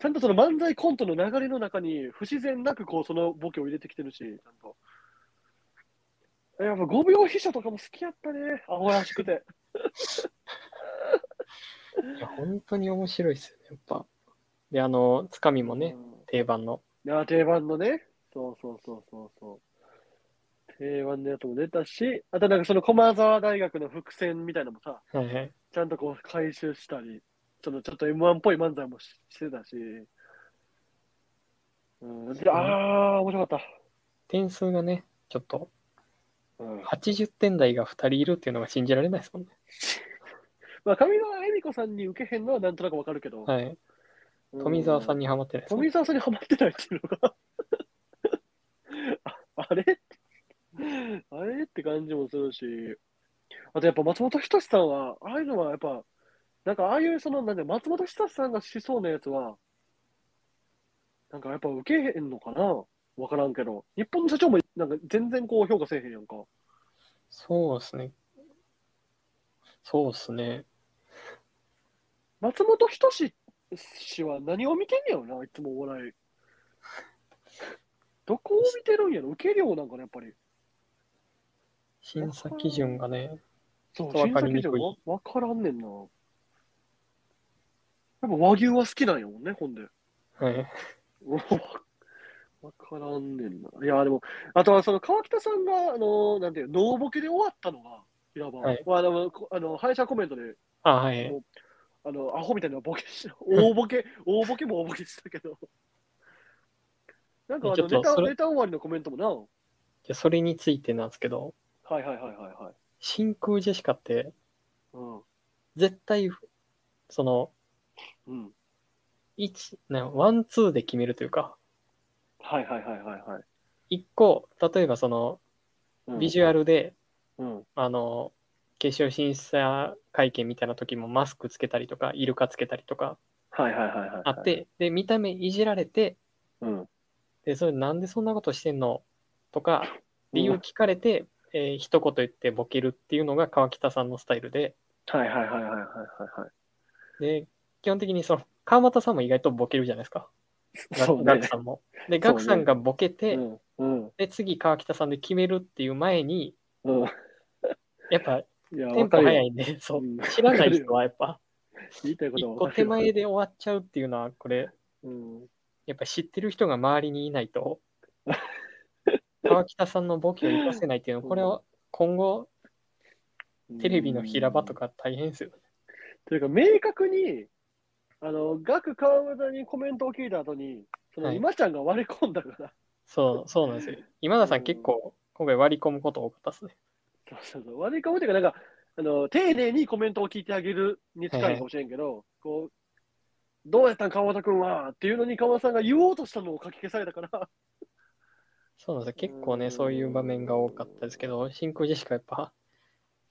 [SPEAKER 1] ちゃんとその漫才コントの流れの中に、不自然なくこうそのボケを入れてきてるし、ちゃんと。やっぱ5秒秘書とかも好きやったね、アホらしくて。
[SPEAKER 2] いや、本当に面白いっすよね、やっぱ。で、あの、つかみもね、
[SPEAKER 1] うん
[SPEAKER 2] 定番の。
[SPEAKER 1] いや、定番のね。そうそうそうそうそう。定番のやつも出たし、あとなんかその駒沢大学の伏線みたいなのもさ、
[SPEAKER 2] はいはい。
[SPEAKER 1] ちゃんとこう回収したり、そのちょっと M1 っぽい漫才もししてたし。うん、であー、面白かっ
[SPEAKER 2] 点数がね、ちょっと、
[SPEAKER 1] た。うん。
[SPEAKER 2] 80点台が2人いるっていうのが信じられないですもんね。
[SPEAKER 1] まあ、上川恵美子さんに受けへんのはなんとなくわかるけど、
[SPEAKER 2] はい。
[SPEAKER 1] うん
[SPEAKER 2] 富澤さんにはまってないですもん
[SPEAKER 1] 富澤さんにハマってないっていうのがああれあれって感じもするし、あとやっぱ松本人志さんは、ああいうのはやっぱ、なんかああいうその、なんで松本人志さんがしそうなやつは、なんかやっぱ受けへんのかなわからんけど、日本の社長もなんか全然こう評価せえへんやんか。
[SPEAKER 2] そうですね。そうですね。
[SPEAKER 1] 松本人志氏は何を見てんねやろな、いつもお笑い。どこを見てるんやろ受け量なんかな、やっぱり。
[SPEAKER 2] 審査基準がね、
[SPEAKER 1] そう、
[SPEAKER 2] ちょっ
[SPEAKER 1] 審
[SPEAKER 2] と
[SPEAKER 1] 査
[SPEAKER 2] わかり
[SPEAKER 1] 基
[SPEAKER 2] にくい
[SPEAKER 1] 準わわからんねんな。やっぱ和牛は好きなんやもんね、ほんで。
[SPEAKER 2] はい。
[SPEAKER 1] わからんねんな。いや、でも、あとはその川北さんが、あの、なんていう、ノーボケで終わったのが、いわば、
[SPEAKER 2] はい
[SPEAKER 1] まあ、あの、こあの敗者コメントで、
[SPEAKER 2] あ、はい。
[SPEAKER 1] あの、アホみたいなボケし、 大ボケ、大ボケも大ボケしたけど。なんかあ
[SPEAKER 2] ち
[SPEAKER 1] の
[SPEAKER 2] ょっと
[SPEAKER 1] ネタ、
[SPEAKER 2] それ
[SPEAKER 1] ネタ終わりのコメントもな。は
[SPEAKER 2] でそれについてなんですけど、
[SPEAKER 1] いはいはいはいはい。
[SPEAKER 2] 真空ジェシカって、
[SPEAKER 1] うん。
[SPEAKER 2] 絶対、その、
[SPEAKER 1] うん。
[SPEAKER 2] 1、なワン、ツーで決めるというか、
[SPEAKER 1] はいはいはいはいはい。
[SPEAKER 2] 1個、例えばその、
[SPEAKER 1] うん
[SPEAKER 2] ビジュアルで、
[SPEAKER 1] うん。
[SPEAKER 2] あの、決勝審査会見みたいな時もマスクつけたりとか、イルカつけたりとか
[SPEAKER 1] はいはいはいはい。
[SPEAKER 2] あって、で、見た目いじられて、
[SPEAKER 1] うん。
[SPEAKER 2] で、それなんでそんなことしてんのとか、理由聞かれて、えー一言言ってボケるっていうのが川北さんのスタイルで、
[SPEAKER 1] はいはいはいはいはいはいは
[SPEAKER 2] で、基本的にその、川又さんも意外とボケるじゃないですか。
[SPEAKER 1] い。
[SPEAKER 2] ガ
[SPEAKER 1] そう
[SPEAKER 2] ク
[SPEAKER 1] ね
[SPEAKER 2] ガク。さんも。で、ガクさんがボケて、
[SPEAKER 1] うんうん
[SPEAKER 2] で、次川北さんで決めるっていう前に、
[SPEAKER 1] うん。
[SPEAKER 2] やっぱ
[SPEAKER 1] いや、
[SPEAKER 2] テ
[SPEAKER 1] わ
[SPEAKER 2] ンポ
[SPEAKER 1] かる
[SPEAKER 2] 早
[SPEAKER 1] よ。
[SPEAKER 2] いんで、そうう、
[SPEAKER 1] ん
[SPEAKER 2] 知らない人はやっ ぱ、
[SPEAKER 1] 言いたいこと
[SPEAKER 2] 一
[SPEAKER 1] は
[SPEAKER 2] 個
[SPEAKER 1] わかる
[SPEAKER 2] 手
[SPEAKER 1] よ
[SPEAKER 2] 前で終わっちゃうっていうのは、これ、
[SPEAKER 1] うん。
[SPEAKER 2] やっぱ知ってる人が周りにいない と、川北さんのボケを生かせないっていうのは、これは今後、テレビの平場と
[SPEAKER 1] か。
[SPEAKER 2] か大変ですよ。
[SPEAKER 1] というか、明確に、あの、ガク川村にコメントを聞いた後に、その、
[SPEAKER 2] はい
[SPEAKER 1] 今ちゃんが割り込んだから、
[SPEAKER 2] そう、そうなんですよ。今田さん結構、今回割り込むこと多かったですね。
[SPEAKER 1] そうそうそう割り込むというか、なんか、あの、丁寧にコメントを聞いてあげるに近いかもしれんけど、こう、どうやったん、川本君はっていうのに、川本さんが言おうとしたのをかき消されたから、
[SPEAKER 2] そうなんですよ。結構ね、そういう場面が多かったですけど、真空ジェシカやっぱ、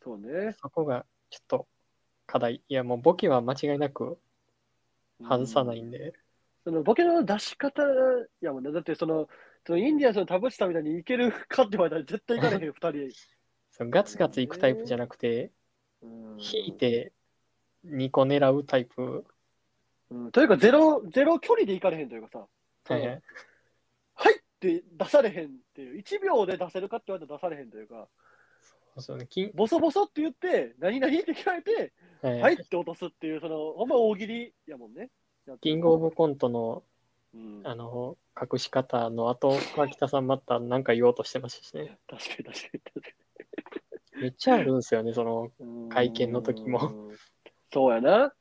[SPEAKER 1] そうね。
[SPEAKER 2] そこがちょっと課題。いや、もうボケは間違いなく外さないんで、
[SPEAKER 1] そのボケの出し方やもんね。だってその、そのインディアンスの田淵さんみたいにいけるかって言われたら絶対いかれへんよ、二人。
[SPEAKER 2] そのガツガツいくタイプじゃなくて、
[SPEAKER 1] うん
[SPEAKER 2] 引いて2個狙うタイプ。
[SPEAKER 1] うんというか、ゼロ、ゼロ距離でいかれへんというかさ、そ
[SPEAKER 2] は
[SPEAKER 1] の
[SPEAKER 2] いはい。
[SPEAKER 1] はいって出されへんっていう、1秒で出せるかって言われたら出されへんというか、
[SPEAKER 2] そうね。き
[SPEAKER 1] ボソボソって言って、何々って聞かれて、
[SPEAKER 2] はい
[SPEAKER 1] はいって落とすっていう、その、ほんま大喜利やもんね。
[SPEAKER 2] キングオブコントの、
[SPEAKER 1] うん、
[SPEAKER 2] あ
[SPEAKER 1] 確か
[SPEAKER 2] の、隠し方の後、川北さんまた何か言おうとしてましたしね。
[SPEAKER 1] に確かに確か
[SPEAKER 2] めっちゃあるんですよね、その、
[SPEAKER 1] にうん。
[SPEAKER 2] 会見の時も
[SPEAKER 1] そうやな。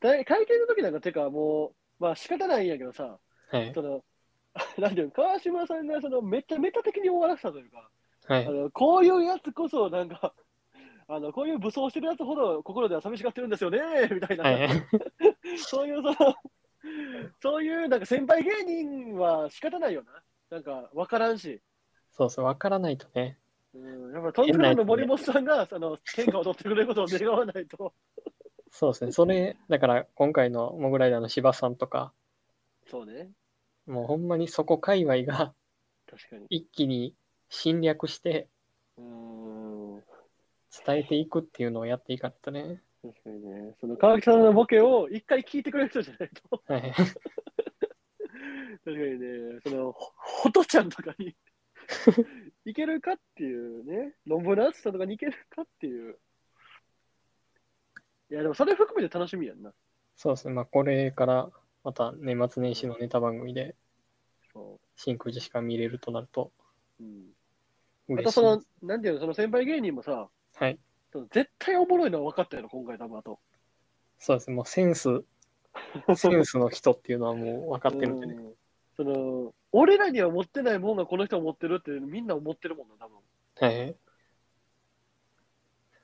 [SPEAKER 1] だ会見の時なんか、てかもう、まあ仕方ないんやけどさ、
[SPEAKER 2] はい。
[SPEAKER 1] その、 なんていうの、川島さんがそのめっちゃメタ的に終わらせたというか、
[SPEAKER 2] は
[SPEAKER 1] あ
[SPEAKER 2] い。
[SPEAKER 1] のこういうやつこそ、なんか、 あのこういう武装してるやつほど心では寂しがってるんですよね、 みたいな、
[SPEAKER 2] はい。
[SPEAKER 1] そういうその、 そういうなんか先輩芸人は仕方ないよな、なんか分からんし、
[SPEAKER 2] そうそう、わからないとね。
[SPEAKER 1] うん、やっぱトンクラウンの森本さんが、その天下を取ってくれることを願わないと、
[SPEAKER 2] そうですね。それ、だから今回のモグライダーの芝さんとか、
[SPEAKER 1] そうね、
[SPEAKER 2] もうほんまにそこ界隈が
[SPEAKER 1] 確かに。
[SPEAKER 2] 一気に侵略して
[SPEAKER 1] うん
[SPEAKER 2] 伝えていくっていうのをやっていかないとね。
[SPEAKER 1] 確かにね、その川木さんのボケを一回聞いてくれる人じゃないと、
[SPEAKER 2] はい。
[SPEAKER 1] 確かにね、その、ほほとちゃんとか に、いけるかっていうね、ロンブラーツさんとかにいけるかっていう。いや、でもそれ含めて楽しみやんな。
[SPEAKER 2] そうですね。まあこれからまた年末年始のネタ番組で
[SPEAKER 1] そ
[SPEAKER 2] 真空ジェシカ見れるとなると
[SPEAKER 1] う。うん。あ
[SPEAKER 2] 嬉
[SPEAKER 1] と
[SPEAKER 2] しい
[SPEAKER 1] そ。の、なんていうの、その先輩芸人もさ、
[SPEAKER 2] はい。
[SPEAKER 1] その絶対おもろいのは分かったよ、今回多分あと。
[SPEAKER 2] そうですね。もうセ ンス、センスの人っていうのはもう分かってるんでね。
[SPEAKER 1] うんその、俺らには持ってないもんがこの人持ってるってみんな思ってるもんな、多分。
[SPEAKER 2] はい。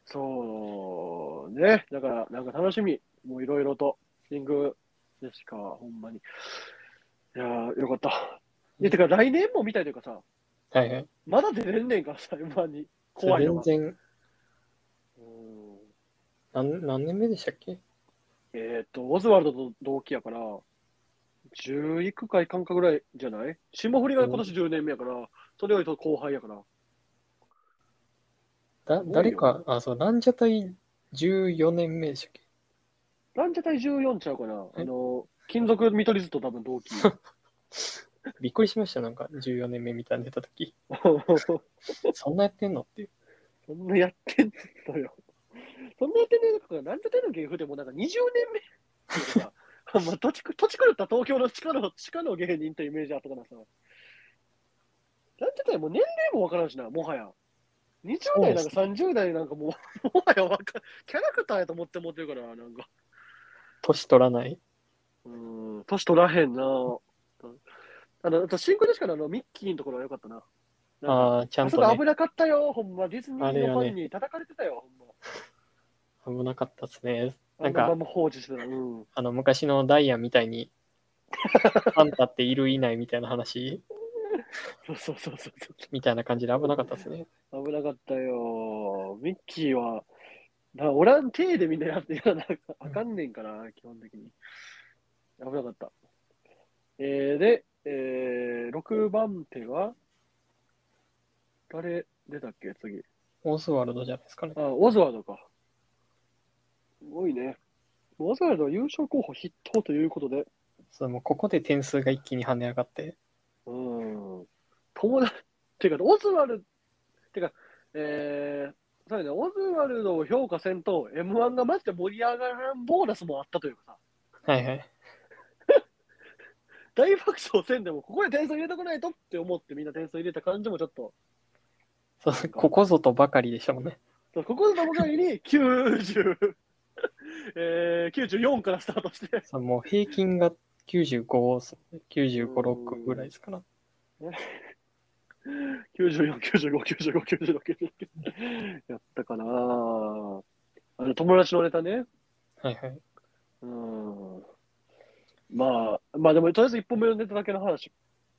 [SPEAKER 1] そうね。だから、なんか楽しみ。もういろいろと。キングジェシカはほんまに。いやー、よかった。え、てか来年も見たいというかさ、
[SPEAKER 2] はいはい。
[SPEAKER 1] まだ出れんねんからさ、今に。怖いの
[SPEAKER 2] 全
[SPEAKER 1] が。
[SPEAKER 2] 然、
[SPEAKER 1] うん
[SPEAKER 2] 何何年目でしたっけ
[SPEAKER 1] えっ、と、オズワルドと同期やから、10いくかいかんかぐらいじゃない霜降りが今年10年目やから、それよりと後輩やから。
[SPEAKER 2] だ
[SPEAKER 1] すごいよ
[SPEAKER 2] 誰か、あ、そう、ランジャタイ14年目でしたっけ
[SPEAKER 1] ランジャタイ14ちゃうかなあの、金属見取り図と多分同期。
[SPEAKER 2] びっくりしました、なんか14年目みたいな出たとき。そんなやってんのっていう。
[SPEAKER 1] そんなやってんのよ。そんなやってんのよとか、なんとての芸風でもなんか20年目とかさ、 まあ、土地く土地狂った東京の地下の地下の芸人というイメージあったからさ。なんて言ったらもう年齢もわからんしな、もはや。20代なんか30代なんかもう、 もはやわかキャラクターやと思って持ってるから、なんか。
[SPEAKER 2] 年取らない。
[SPEAKER 1] うん、年取らへんな。あの、あと、シンクロしかのあのミッキーのところが良かったな。なんか
[SPEAKER 2] ああ、ちゃん
[SPEAKER 1] あそ
[SPEAKER 2] と、
[SPEAKER 1] こ
[SPEAKER 2] ね
[SPEAKER 1] 危、なかったよ、ほんま。ディズニ
[SPEAKER 2] あれ
[SPEAKER 1] ー
[SPEAKER 2] よね
[SPEAKER 1] のファンに叩かれてたよ、ほんま。
[SPEAKER 2] 危なかったですね。な
[SPEAKER 1] あ
[SPEAKER 2] ん
[SPEAKER 1] んな
[SPEAKER 2] か
[SPEAKER 1] ま、ま放置してた。 うん。
[SPEAKER 2] あの、昔のダイヤみたいに、あんたっているいないみたいな話、
[SPEAKER 1] そうそうそうそう
[SPEAKER 2] みたいな感じで危なかったですね。
[SPEAKER 1] そう。危なかったよ。ミッキーは、なおらん手でみんなやってやらなあかんねんから、基本的に。危なかった。えー、で、ええー、6番手が、誰出たっけ、次。
[SPEAKER 2] オスワルドじゃないですかね。
[SPEAKER 1] あ、オズワルドか。すごいね。オズワルドは優勝候補筆頭ということで、
[SPEAKER 2] そうもうここで点数が一気に跳ね上がって、
[SPEAKER 1] うん。友達、てか、オズワルド、てか、えー、そうやね、オズワルドを評価せんと、M1 がマジで盛り上がらんボーナスもあったというかさ、
[SPEAKER 2] はいはい。
[SPEAKER 1] 大爆笑せんでも、ここで点数入れたくないとって思ってみんな点数入れた感じもちょっと、
[SPEAKER 2] そう ここぞとばかりでしたもんね。
[SPEAKER 1] ここのとこ限り90、えー、94からスタートして、
[SPEAKER 2] そうもう平均が95す、95、6ぐらいですから。
[SPEAKER 1] 94、95、95、96、96、やったかなあの、友達のネタね。
[SPEAKER 2] はいはい。
[SPEAKER 1] うんまあ、まあでも、とりあえず1本目のネタだけの話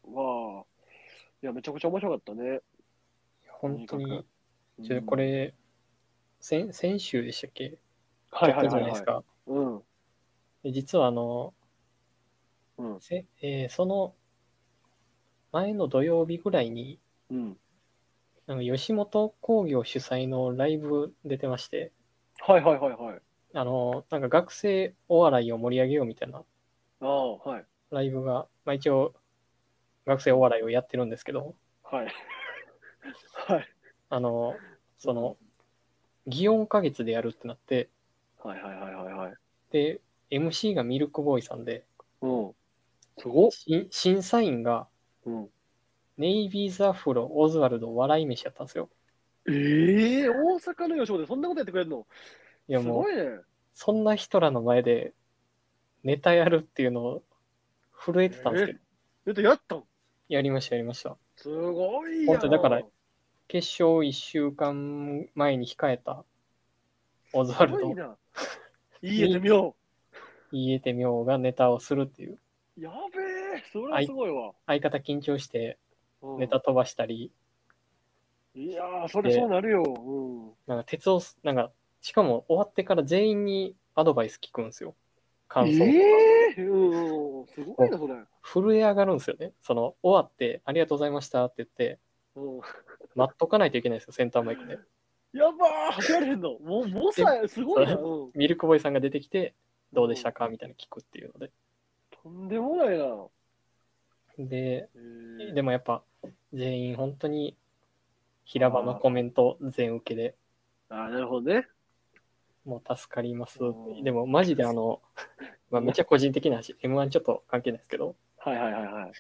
[SPEAKER 1] は、いや、めちゃくちゃ面白かったね。
[SPEAKER 2] 本当
[SPEAKER 1] とに
[SPEAKER 2] に
[SPEAKER 1] か、
[SPEAKER 2] ちょこ
[SPEAKER 1] れ、
[SPEAKER 2] れ、先先週でしたっけ
[SPEAKER 1] はい
[SPEAKER 2] や
[SPEAKER 1] は
[SPEAKER 2] っ
[SPEAKER 1] い
[SPEAKER 2] た
[SPEAKER 1] は
[SPEAKER 2] じゃ
[SPEAKER 1] い、
[SPEAKER 2] な
[SPEAKER 1] はい
[SPEAKER 2] いです。か。
[SPEAKER 1] うん。うん。
[SPEAKER 2] で実はあの、
[SPEAKER 1] うん
[SPEAKER 2] せえーその前の土曜日ぐらいに、
[SPEAKER 1] うん。
[SPEAKER 2] あの吉本興業主催のライブ出てまして、
[SPEAKER 1] はいはいはいはい。
[SPEAKER 2] あの、なんか学生お笑いを盛り上げようみたいな
[SPEAKER 1] ああ、はい。
[SPEAKER 2] ライブが、まあ一応、学生お笑いをやってるんですけど、
[SPEAKER 1] はい。 はい。
[SPEAKER 2] あの、その、祇園花月でやるってなって、
[SPEAKER 1] はいはいはいはいはい。
[SPEAKER 2] で、MC がミルクボーイさんで、
[SPEAKER 1] うん。すごっ。
[SPEAKER 2] し審査員が
[SPEAKER 1] うん。
[SPEAKER 2] ネイビーズアフロ、オズワルド、笑い飯やったんですよ。
[SPEAKER 1] ええ大阪の吉本でそんなことやってくれるの
[SPEAKER 2] いや
[SPEAKER 1] す
[SPEAKER 2] もう
[SPEAKER 1] ご、いね。
[SPEAKER 2] そんな人らの前でネタやるっていうのを震えてたんですけど、
[SPEAKER 1] えっと、やったん
[SPEAKER 2] やりましたやりました。
[SPEAKER 1] すごいやん
[SPEAKER 2] 本当だから決勝1週間前に控えたオズワル
[SPEAKER 1] すごい
[SPEAKER 2] ド、
[SPEAKER 1] な。いいやってみよ
[SPEAKER 2] イエテミョウがネタをするっていう、
[SPEAKER 1] う。やべえ、それはすごいわ。
[SPEAKER 2] 相方緊張して
[SPEAKER 1] うん
[SPEAKER 2] ネタ飛ばしたり、
[SPEAKER 1] いやー、それそうなるよ。うん。
[SPEAKER 2] なんか鉄を、なんか、しかも終わってから全員にアドバイス聞くんですよ。感想。
[SPEAKER 1] ええうん、すごいな、それ。
[SPEAKER 2] 震え上がるんですよね。その、終わって、ありがとうございましたって言って、
[SPEAKER 1] うん、
[SPEAKER 2] 待っとかないといけないんですよ、センターマイクで。
[SPEAKER 1] やばー、走られへんの。もう、もうさ、すごいな。
[SPEAKER 2] そ
[SPEAKER 1] うん、
[SPEAKER 2] ミルクボーイさんが出てきて、どうでしたかみたいなの聞くっていうので。
[SPEAKER 1] とんでもないな。
[SPEAKER 2] で、
[SPEAKER 1] えー
[SPEAKER 2] でもやっぱ、全員本当に、平場のコメント全受けで、
[SPEAKER 1] あーなるほどね。
[SPEAKER 2] もう助かります
[SPEAKER 1] うん。
[SPEAKER 2] でも、マジであの、まあ、めっちゃ個人的な話、M1 ちょっと関係ないですけど、
[SPEAKER 1] はいはいはいはい。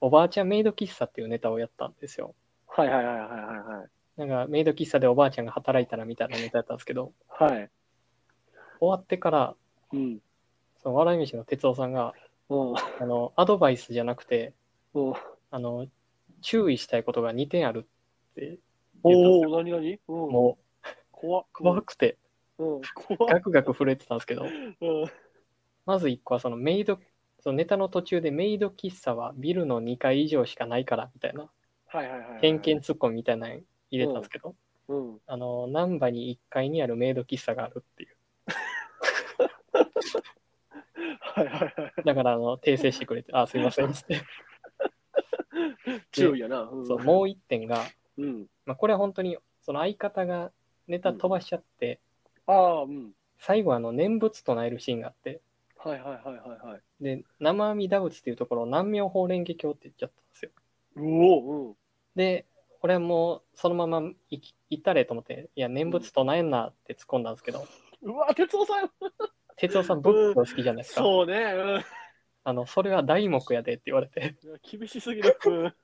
[SPEAKER 2] おばあちゃんメイド喫茶っていうネタをやったんですよ。
[SPEAKER 1] はいはいはいはいは
[SPEAKER 2] なんか、メイド喫茶でおばあちゃんが働いたらみたいなネタやったんですけど、
[SPEAKER 1] いはい。はい。
[SPEAKER 2] 終わってから、
[SPEAKER 1] うん。
[SPEAKER 2] その笑い飯の哲夫さんが、
[SPEAKER 1] うん。
[SPEAKER 2] あの、アドバイスじゃなくて、
[SPEAKER 1] うん
[SPEAKER 2] あの、注意したいことが2点あるって言ったんです
[SPEAKER 1] お
[SPEAKER 2] よ。
[SPEAKER 1] お、なになにうん。
[SPEAKER 2] も
[SPEAKER 1] 怖っ。
[SPEAKER 2] う、怖くて、
[SPEAKER 1] うん。怖
[SPEAKER 2] ガ
[SPEAKER 1] っ。
[SPEAKER 2] クガク震えてたんですけど、
[SPEAKER 1] うん。
[SPEAKER 2] まず1個はそのメイド、そのネタの途中でメイド喫茶はビルの2階以上しかないからみたいな、
[SPEAKER 1] はいはいはいはい。
[SPEAKER 2] 偏見ツッコミみたいなの入れたんですけど、
[SPEAKER 1] うん。
[SPEAKER 2] あの、難波に1階にあるメイド喫茶があるっていう。
[SPEAKER 1] はいはいはい。
[SPEAKER 2] だから、あの、訂正してくれて、あ、すいませんっつって。
[SPEAKER 1] 注意やな。うん
[SPEAKER 2] そう、もう1点が、
[SPEAKER 1] うん。
[SPEAKER 2] まあ、これは本当に、その相方がネタ飛ばしちゃって、
[SPEAKER 1] ああ、うん。
[SPEAKER 2] 最後、あの、念仏唱えるシーンがあって、
[SPEAKER 1] はいはいはいはいはい。
[SPEAKER 2] で、生阿弥陀仏っていうところを南明法蓮華経って言っちゃったんですよ。
[SPEAKER 1] うおー
[SPEAKER 2] で、俺はもうそのまま行き行ったれと思って、いや、念仏唱えんなって突っ込んだんですけど、
[SPEAKER 1] うん。うわ、哲夫さん。
[SPEAKER 2] 哲夫さん仏教好きじゃないですか。
[SPEAKER 1] そうね。うん。
[SPEAKER 2] あの、それは題目やでって言われて、
[SPEAKER 1] いや厳しすぎる。うん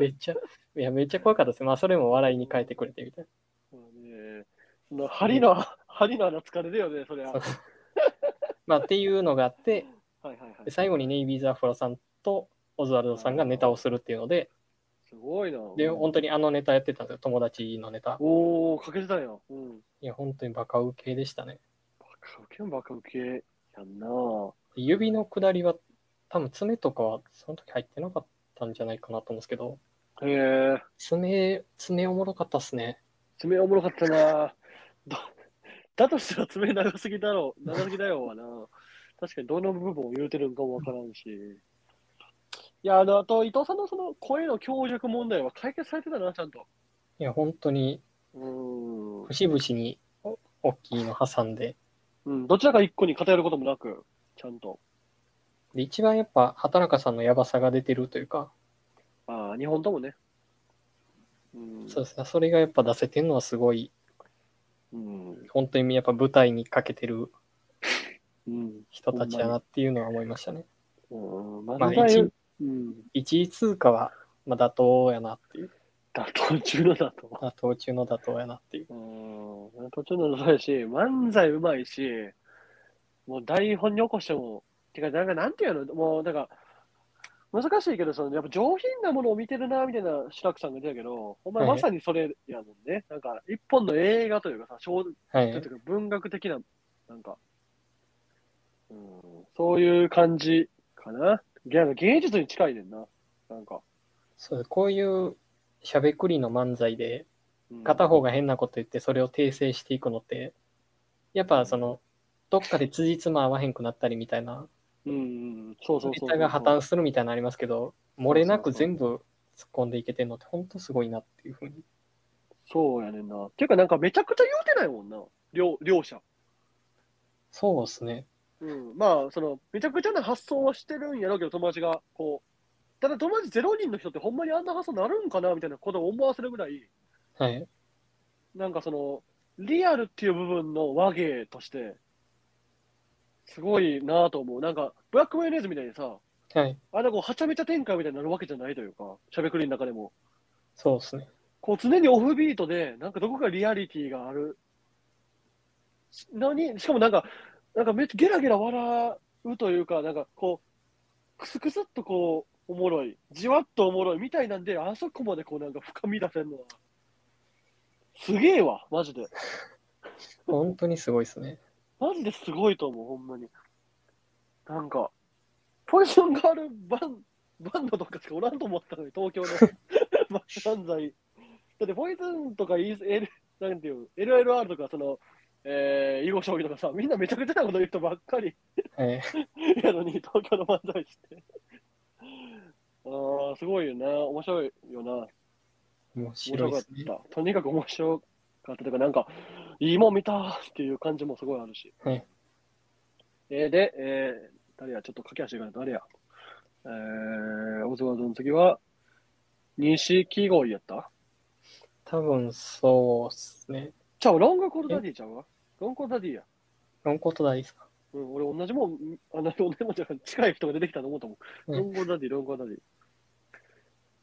[SPEAKER 2] めっちゃ、いや、めっちゃ怖かったですよ。まあ、それも笑いに変えてくれてみたい
[SPEAKER 1] そうねその針の、針の穴疲れるよね、そりゃ。
[SPEAKER 2] な。
[SPEAKER 1] はい
[SPEAKER 2] まあ、っていうのがあって、
[SPEAKER 1] はいはい
[SPEAKER 2] で。最後にネイビーズ・アフロさんとオズワルドさんがネタをするっていうので、
[SPEAKER 1] すごいな。
[SPEAKER 2] で、本当にあのネタやってたんですよ。友達のネタ。
[SPEAKER 1] おお、かけてたんや。うん。
[SPEAKER 2] いや、本当にバカウケでしたね。
[SPEAKER 1] バカウケんバカウケ。やんなぁ。
[SPEAKER 2] 指の下りは、多分爪とかはその時入ってなかったんじゃないかなと思うんですけど、
[SPEAKER 1] へえ、
[SPEAKER 2] 爪、爪おもろかったっすね。
[SPEAKER 1] 爪おもろかったなぁ。どだとしたら爪長すぎだろう。長すぎだよはな。確かにどの部分を言うてるんかもわからんし。いや、あの、あと、伊藤さんのその声の強弱問題は解決されてたな、ちゃんと。
[SPEAKER 2] いや、本当に、
[SPEAKER 1] うーん。
[SPEAKER 2] 節々にお大きいの挟んで。
[SPEAKER 1] うん、どちらか一個に偏ることもなく、ちゃんと。
[SPEAKER 2] で、一番やっぱ、畑中さんのやばさが出てるというか、
[SPEAKER 1] ああ、日本ともね。うん。
[SPEAKER 2] そうですね、それがやっぱ出せてるのはすごい、
[SPEAKER 1] うん。
[SPEAKER 2] 本当にやっぱ舞台にかけてる
[SPEAKER 1] うん。
[SPEAKER 2] 人たちやなっていうのは思いましたね。
[SPEAKER 1] うん。
[SPEAKER 2] まあ、
[SPEAKER 1] 漫才、
[SPEAKER 2] 1
[SPEAKER 1] うん。
[SPEAKER 2] 位通過は、まあ、妥当やなっていう。
[SPEAKER 1] 妥当中のだと。
[SPEAKER 2] 妥当中の妥当やなっていう。
[SPEAKER 1] うん。妥当中のだとやし、漫才うまいし、もう台本に起こしても、てか、なんか、なんていうの、もう、なんか、難しいけど、その、やっぱ上品なものを見てるな、みたいな、志らくさんが言ってたけど、お前
[SPEAKER 2] はい
[SPEAKER 1] まさにそれやもんね。なんか、一本の映画というかさ、小
[SPEAKER 2] は
[SPEAKER 1] なん
[SPEAKER 2] い
[SPEAKER 1] て。いうか文学的な、なんか、うん、そういう感じかな。いや芸術に近いねんな。なんか。
[SPEAKER 2] そうこういうしゃべくりの漫才で
[SPEAKER 1] うん
[SPEAKER 2] 片方が変なこと言ってそれを訂正していくのってやっぱそのどっかで辻褄合わへんくなったりみたいな
[SPEAKER 1] うんうん、そうそう
[SPEAKER 2] ネ
[SPEAKER 1] そうそう。
[SPEAKER 2] タが破綻するみたいなのありますけど漏れなく全部突っ込んでいけてるのって本当すごいなっていうふうに
[SPEAKER 1] そうやねんな。ていうか、なんかめちゃくちゃ言うてないもんな。両両者。
[SPEAKER 2] そうですね
[SPEAKER 1] うん。まあ、その、めちゃくちゃな発想はしてるんやろうけど、友達が、こう。ただ、友達ゼロ人の人ってほんまにあんな発想なるんかなみたいなことを思わせるぐらい、
[SPEAKER 2] はい
[SPEAKER 1] なんかその、リアルっていう部分の和芸として、すごいなぁと思う。なんか、ブラックマヨネーズみたいにさ、
[SPEAKER 2] はい
[SPEAKER 1] あれこう、はちゃめちゃ展開みたいになるわけじゃないというか、しゃべくりの中でも。
[SPEAKER 2] そうですね
[SPEAKER 1] こう、常にオフビートで、なんかどこかリアリティがある。しのに、しかもなんか、なんかめっちゃゲラゲラ笑うというか、なんかこう、くすくすっとこう、おもろい、じわっとおもろいみたいなんで、あそこまでこうなんか深み出せるのは、すげえわ、マジで。
[SPEAKER 2] 本当にすごいですね
[SPEAKER 1] マジですごいと思う、ほんまに。なんか、ポジションがあるバンバンドとかしかおらんと思ったのに、東京のま漫才。だって、ポイズンとか、イー L、なんていう、LLR とか、その、えー、囲碁将棋とかさ、みんなめちゃくちゃなこと言う人ばっかり
[SPEAKER 2] はい
[SPEAKER 1] やのに、東京の漫才して。あーすごいよな、面白いよな、
[SPEAKER 2] 面
[SPEAKER 1] 面
[SPEAKER 2] 白
[SPEAKER 1] 白
[SPEAKER 2] い
[SPEAKER 1] か
[SPEAKER 2] で
[SPEAKER 1] っ
[SPEAKER 2] すね
[SPEAKER 1] た。とにかく面白かったというか、なんか、いいもん見たっていう感じもすごいあるし。
[SPEAKER 2] はい
[SPEAKER 1] えーで、えー誰や、ちょっと駆け足が誰や。えー、オズワルドの次は、西木鯉やった
[SPEAKER 2] 多分そうですね
[SPEAKER 1] ちゃう、ロングコールダディちゃうわ。ロングコールダディや。
[SPEAKER 2] 論考と大ですか
[SPEAKER 1] うん、俺同じもん、あの、同じもんじゃない近い人が出てきたと思うと思う。
[SPEAKER 2] うん
[SPEAKER 1] ロングコールダディ、ロングコールダディ。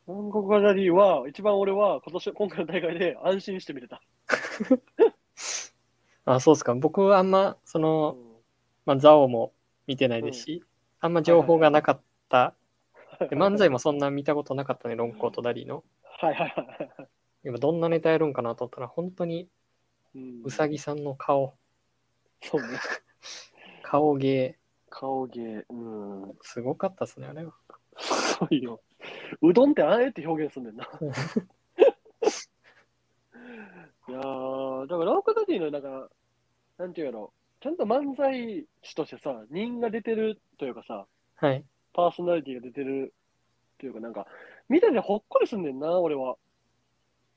[SPEAKER 1] ロングコールダディは、一番俺は今年、今回の大会で安心して見れた。
[SPEAKER 2] あそうですか僕はあんまその
[SPEAKER 1] うん
[SPEAKER 2] まあ、ザオも見てないですし、あんま情報がなかった。で漫才もそんな見たことなかったね、論考とダリーの。
[SPEAKER 1] はいはいはい。
[SPEAKER 2] でもどんなネタやるんかなと思ったら、本当に
[SPEAKER 1] うん
[SPEAKER 2] うさぎさんの顔、
[SPEAKER 1] そうね。
[SPEAKER 2] 顔芸、
[SPEAKER 1] 顔芸。うん。
[SPEAKER 2] すごかったですね、あれは。
[SPEAKER 1] すごいよ。うどんってあえて表現すんねん な。
[SPEAKER 2] うん
[SPEAKER 1] いやー、だからローカダディの、なんか、なんていうやろ、ちゃんと漫才師としてさ、人が出てるというかさ、
[SPEAKER 2] はい。
[SPEAKER 1] パーソナリティが出てるというか、なんか、見ててほっこりすんねんな、俺は。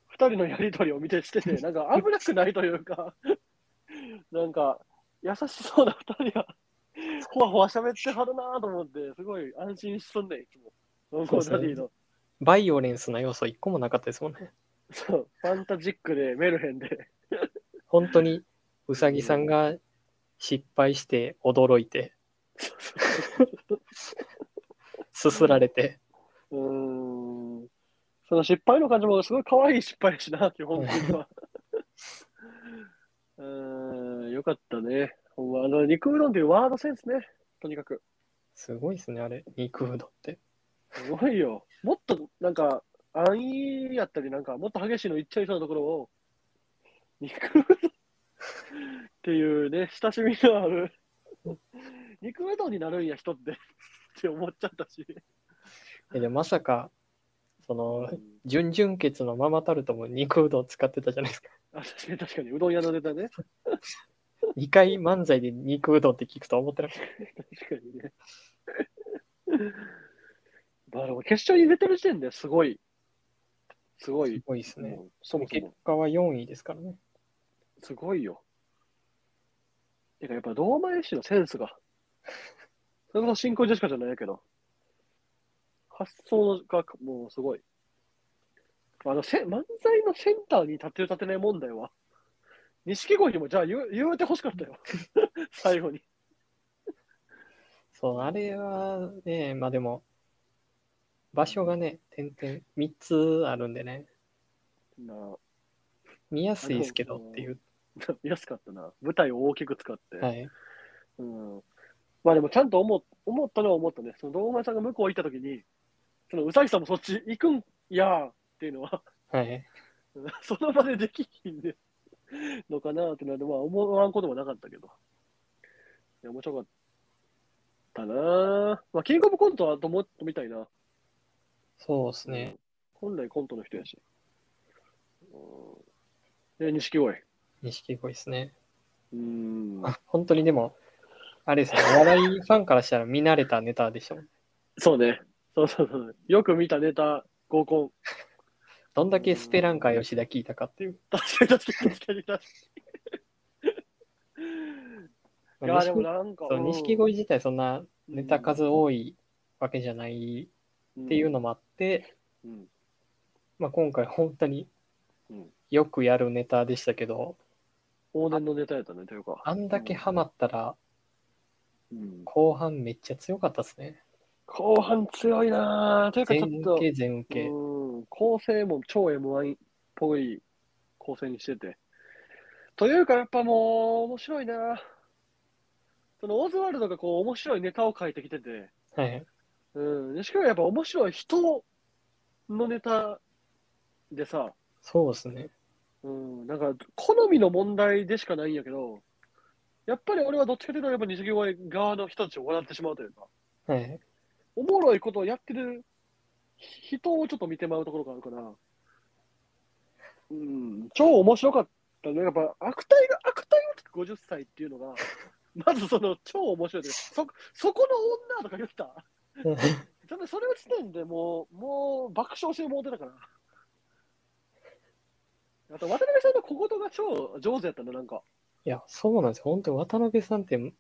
[SPEAKER 1] 二人のやりとりを見てしてて、なんか危なくないというか、 なんか、優しそうな二人が、ほわほわ喋ってはるなと思って、すごい安心すんねん、いつも。ロンコーダディの。
[SPEAKER 2] バイオレンスな要素一個もなかったですもんね。
[SPEAKER 1] そう、ファンタジックで、メルヘンで。
[SPEAKER 2] 本当にうさぎさんが失敗して驚いて、すすられて、
[SPEAKER 1] うーん。その失敗の感じもすごい可愛い失敗やしな、基本的には。うーん、よかったね。ほんま、あの、肉うどんっていうワードセンスね。とにかく。
[SPEAKER 2] すごいですね、あれ、肉うどんって。
[SPEAKER 1] すごいよ。もっと、なんか、安易やったり、なんか、もっと激しいのいっちゃいそうなところを、肉うどん っていうね、親しみのある、肉うどんになるんや、人って、って思っちゃったし。
[SPEAKER 2] えでまさか、その、準々決のママタルトも肉うどん使ってたじゃないですか。
[SPEAKER 1] あ確かに確かに、うどん屋のネタね。
[SPEAKER 2] 2回漫才で肉うどんって聞くとは思ってなかっ
[SPEAKER 1] 確かにね。まあでも決勝に出てる時点ですごい、すごい
[SPEAKER 2] す、ごいですね。
[SPEAKER 1] もうそもそ
[SPEAKER 2] 結
[SPEAKER 1] も
[SPEAKER 2] 果は4位ですからね。
[SPEAKER 1] すごいよ。てかやっぱ堂前氏のセンスが、それこそ新興ジェシカじゃないけど、発想がもうすごい。あのせ漫才のセンターに立てる立てない問題は、錦鯉にもじゃあ言う言うてほしか ったよ。最後に。
[SPEAKER 2] そう、あれはね、まあでも、場所がね、点々、3つあるんでね、
[SPEAKER 1] なあ
[SPEAKER 2] 見やすいですけどっていう。
[SPEAKER 1] 見やすかったな。舞台を大きく使って。
[SPEAKER 2] はい。
[SPEAKER 1] うん。まあでもちゃんと思う思ったのは思ったね。その堂前さんが向こう行った時に、そのうさぎさんもそっち行くんやーっていうのは、
[SPEAKER 2] はい。
[SPEAKER 1] その場でできひんでのかなーってのは、まあ思わんこともなかったけど。いや、面白かったなーまあ、キングオブコントはともっと見たいな。
[SPEAKER 2] そうですね。
[SPEAKER 1] 本来コントの人やし。うん。で、錦鯉。
[SPEAKER 2] 錦鯉ですね。
[SPEAKER 1] うん。
[SPEAKER 2] あ本当にでも、あれですね、お笑いファンからしたら見慣れたネタでしょ。
[SPEAKER 1] そうね。そうそうそう。よく見たネタ、合コン。
[SPEAKER 2] どんだけスペランカー吉田聞いたかっていう。
[SPEAKER 1] 確かに確かに確かに確かに。いや、でもなんか。
[SPEAKER 2] そう錦鯉自体そんなネタ数多いわけじゃない
[SPEAKER 1] っ
[SPEAKER 2] っていうのもあって、
[SPEAKER 1] うん。
[SPEAKER 2] まあ、今回本当に
[SPEAKER 1] うん
[SPEAKER 2] よくやるネタでしたけど、
[SPEAKER 1] 往年のネタやったね、というか。
[SPEAKER 2] あんだけハマったら
[SPEAKER 1] うん、
[SPEAKER 2] 後半めっちゃ強かったですね。
[SPEAKER 1] 後半強いなぁ。というか、ち
[SPEAKER 2] 全
[SPEAKER 1] ょっと
[SPEAKER 2] 受、け全受け。
[SPEAKER 1] うん、構成も超 M1 っぽい構成にしてて。というか、やっぱもう、面白いなぁ。そのオズワルドがこう面白いネタを書いてきてて、
[SPEAKER 2] はい。
[SPEAKER 1] うん、錦鯉はやっぱ面白い人のネタでさ、
[SPEAKER 2] そうですね。
[SPEAKER 1] うん、なんか、好みの問題でしかないんやけど、やっぱり俺はどっちかというと、やっぱ錦鯉側の人たちを笑ってしまうというか、
[SPEAKER 2] はい。
[SPEAKER 1] おもろいことをやってる人をちょっと見てまうところがあるから、うん、超面白かったね。やっぱ、悪態が、悪態を50歳っていうのが、まずその、超面白いというかそ、そこの女とか言った。多分それの時点でもう、もう爆笑してもうてたから。あと、渡辺さんの小言が超上手やったね、なんか。
[SPEAKER 2] いや、そうなんですよ。本当に渡辺さんって
[SPEAKER 1] うん。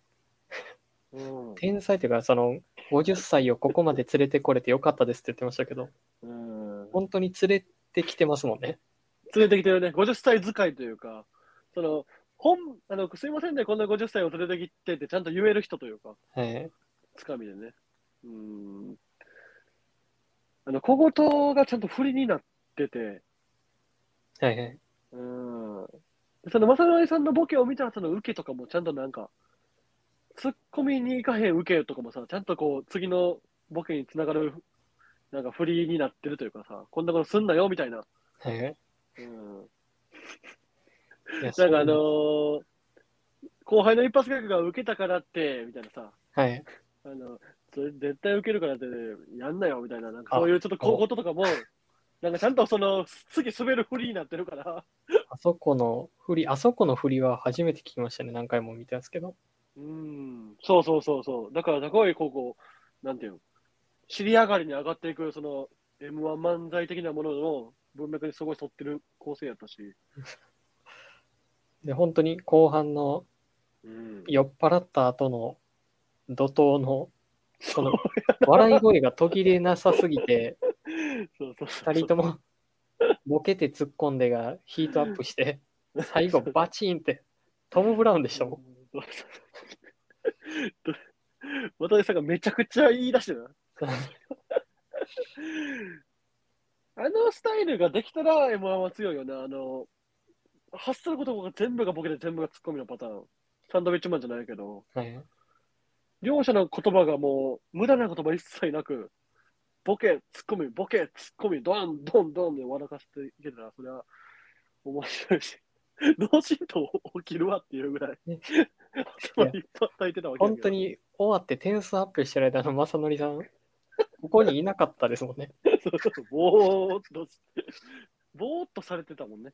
[SPEAKER 2] 天才というか、その50歳をここまで連れてこれてよかったですって言ってましたけど、
[SPEAKER 1] うん、
[SPEAKER 2] 本当に連れてきてますもんね。
[SPEAKER 1] 連れてきてるね、50歳使いというか、その、本、あの、すいませんね、こんな50歳を連れてきてってちゃんと言える人というか、
[SPEAKER 2] はい。
[SPEAKER 1] つかみでね。うん。あの、小言がちゃんと振りになってて、
[SPEAKER 2] はいはい。
[SPEAKER 1] うん。その、正成さんのボケを見たら、その、受けとかもちゃんとなんか、ツッコミに行かへん受けとかもさ、ちゃんとこう、次のボケにつながる、なんか、振りになってるというかさ、こんなことすんなよ、みたいな。
[SPEAKER 2] はいはい。
[SPEAKER 1] うん。
[SPEAKER 2] いや
[SPEAKER 1] なんかあの、ー後輩の一発ギャグが受けたからって、みたいなさ、
[SPEAKER 2] はい。
[SPEAKER 1] あの、それ絶対受けるからって、やんなよ、みたいな、なんか
[SPEAKER 2] あ
[SPEAKER 1] そういうちょっと小言とかも、なんかちゃんとその、次滑る振りになってるから、
[SPEAKER 2] あそこの振り、あそこの振りは初めて聞きましたね。何回も見たんですけど。
[SPEAKER 1] うん、そうそうそうそう。だから、すごいこうこう、なんていうの、尻上がりに上がっていく、その、M1 漫才的なものの文脈にすごい沿ってる構成やったし、
[SPEAKER 2] で、本当に後半の
[SPEAKER 1] うん、
[SPEAKER 2] 酔っ払った後の怒涛の、その
[SPEAKER 1] そう、
[SPEAKER 2] 笑い声が途切れなさすぎて、
[SPEAKER 1] そうそうそう
[SPEAKER 2] 二人とも、ボケて突っ込んでがヒートアップして、最後バチンって、トム・ブラウンでし ょ
[SPEAKER 1] うんど渡辺さんがめちゃくちゃ言い出してるな。あのスタイルができたら M1 は強いよね。あの、発することが全部がボケで全部がツッコミのパターン。サンドウィッチマンじゃないけど、
[SPEAKER 2] はい。
[SPEAKER 1] 両者の言葉がもう無駄な言葉一切なく、ボケ、ツッコミ、ボケ、ツッコミ、ドン、ドン、ドンで笑かしていけたら、それは面白いし、 脳震盪起きるわっていうぐらい
[SPEAKER 2] ね、
[SPEAKER 1] 頭いっぱい叩いてたわけだけど
[SPEAKER 2] 本当に終わって点数アップしてる間の正則さん、ここにいなかったですもんね。
[SPEAKER 1] そうそうぼーっとして、ぼーっとされてたもんね。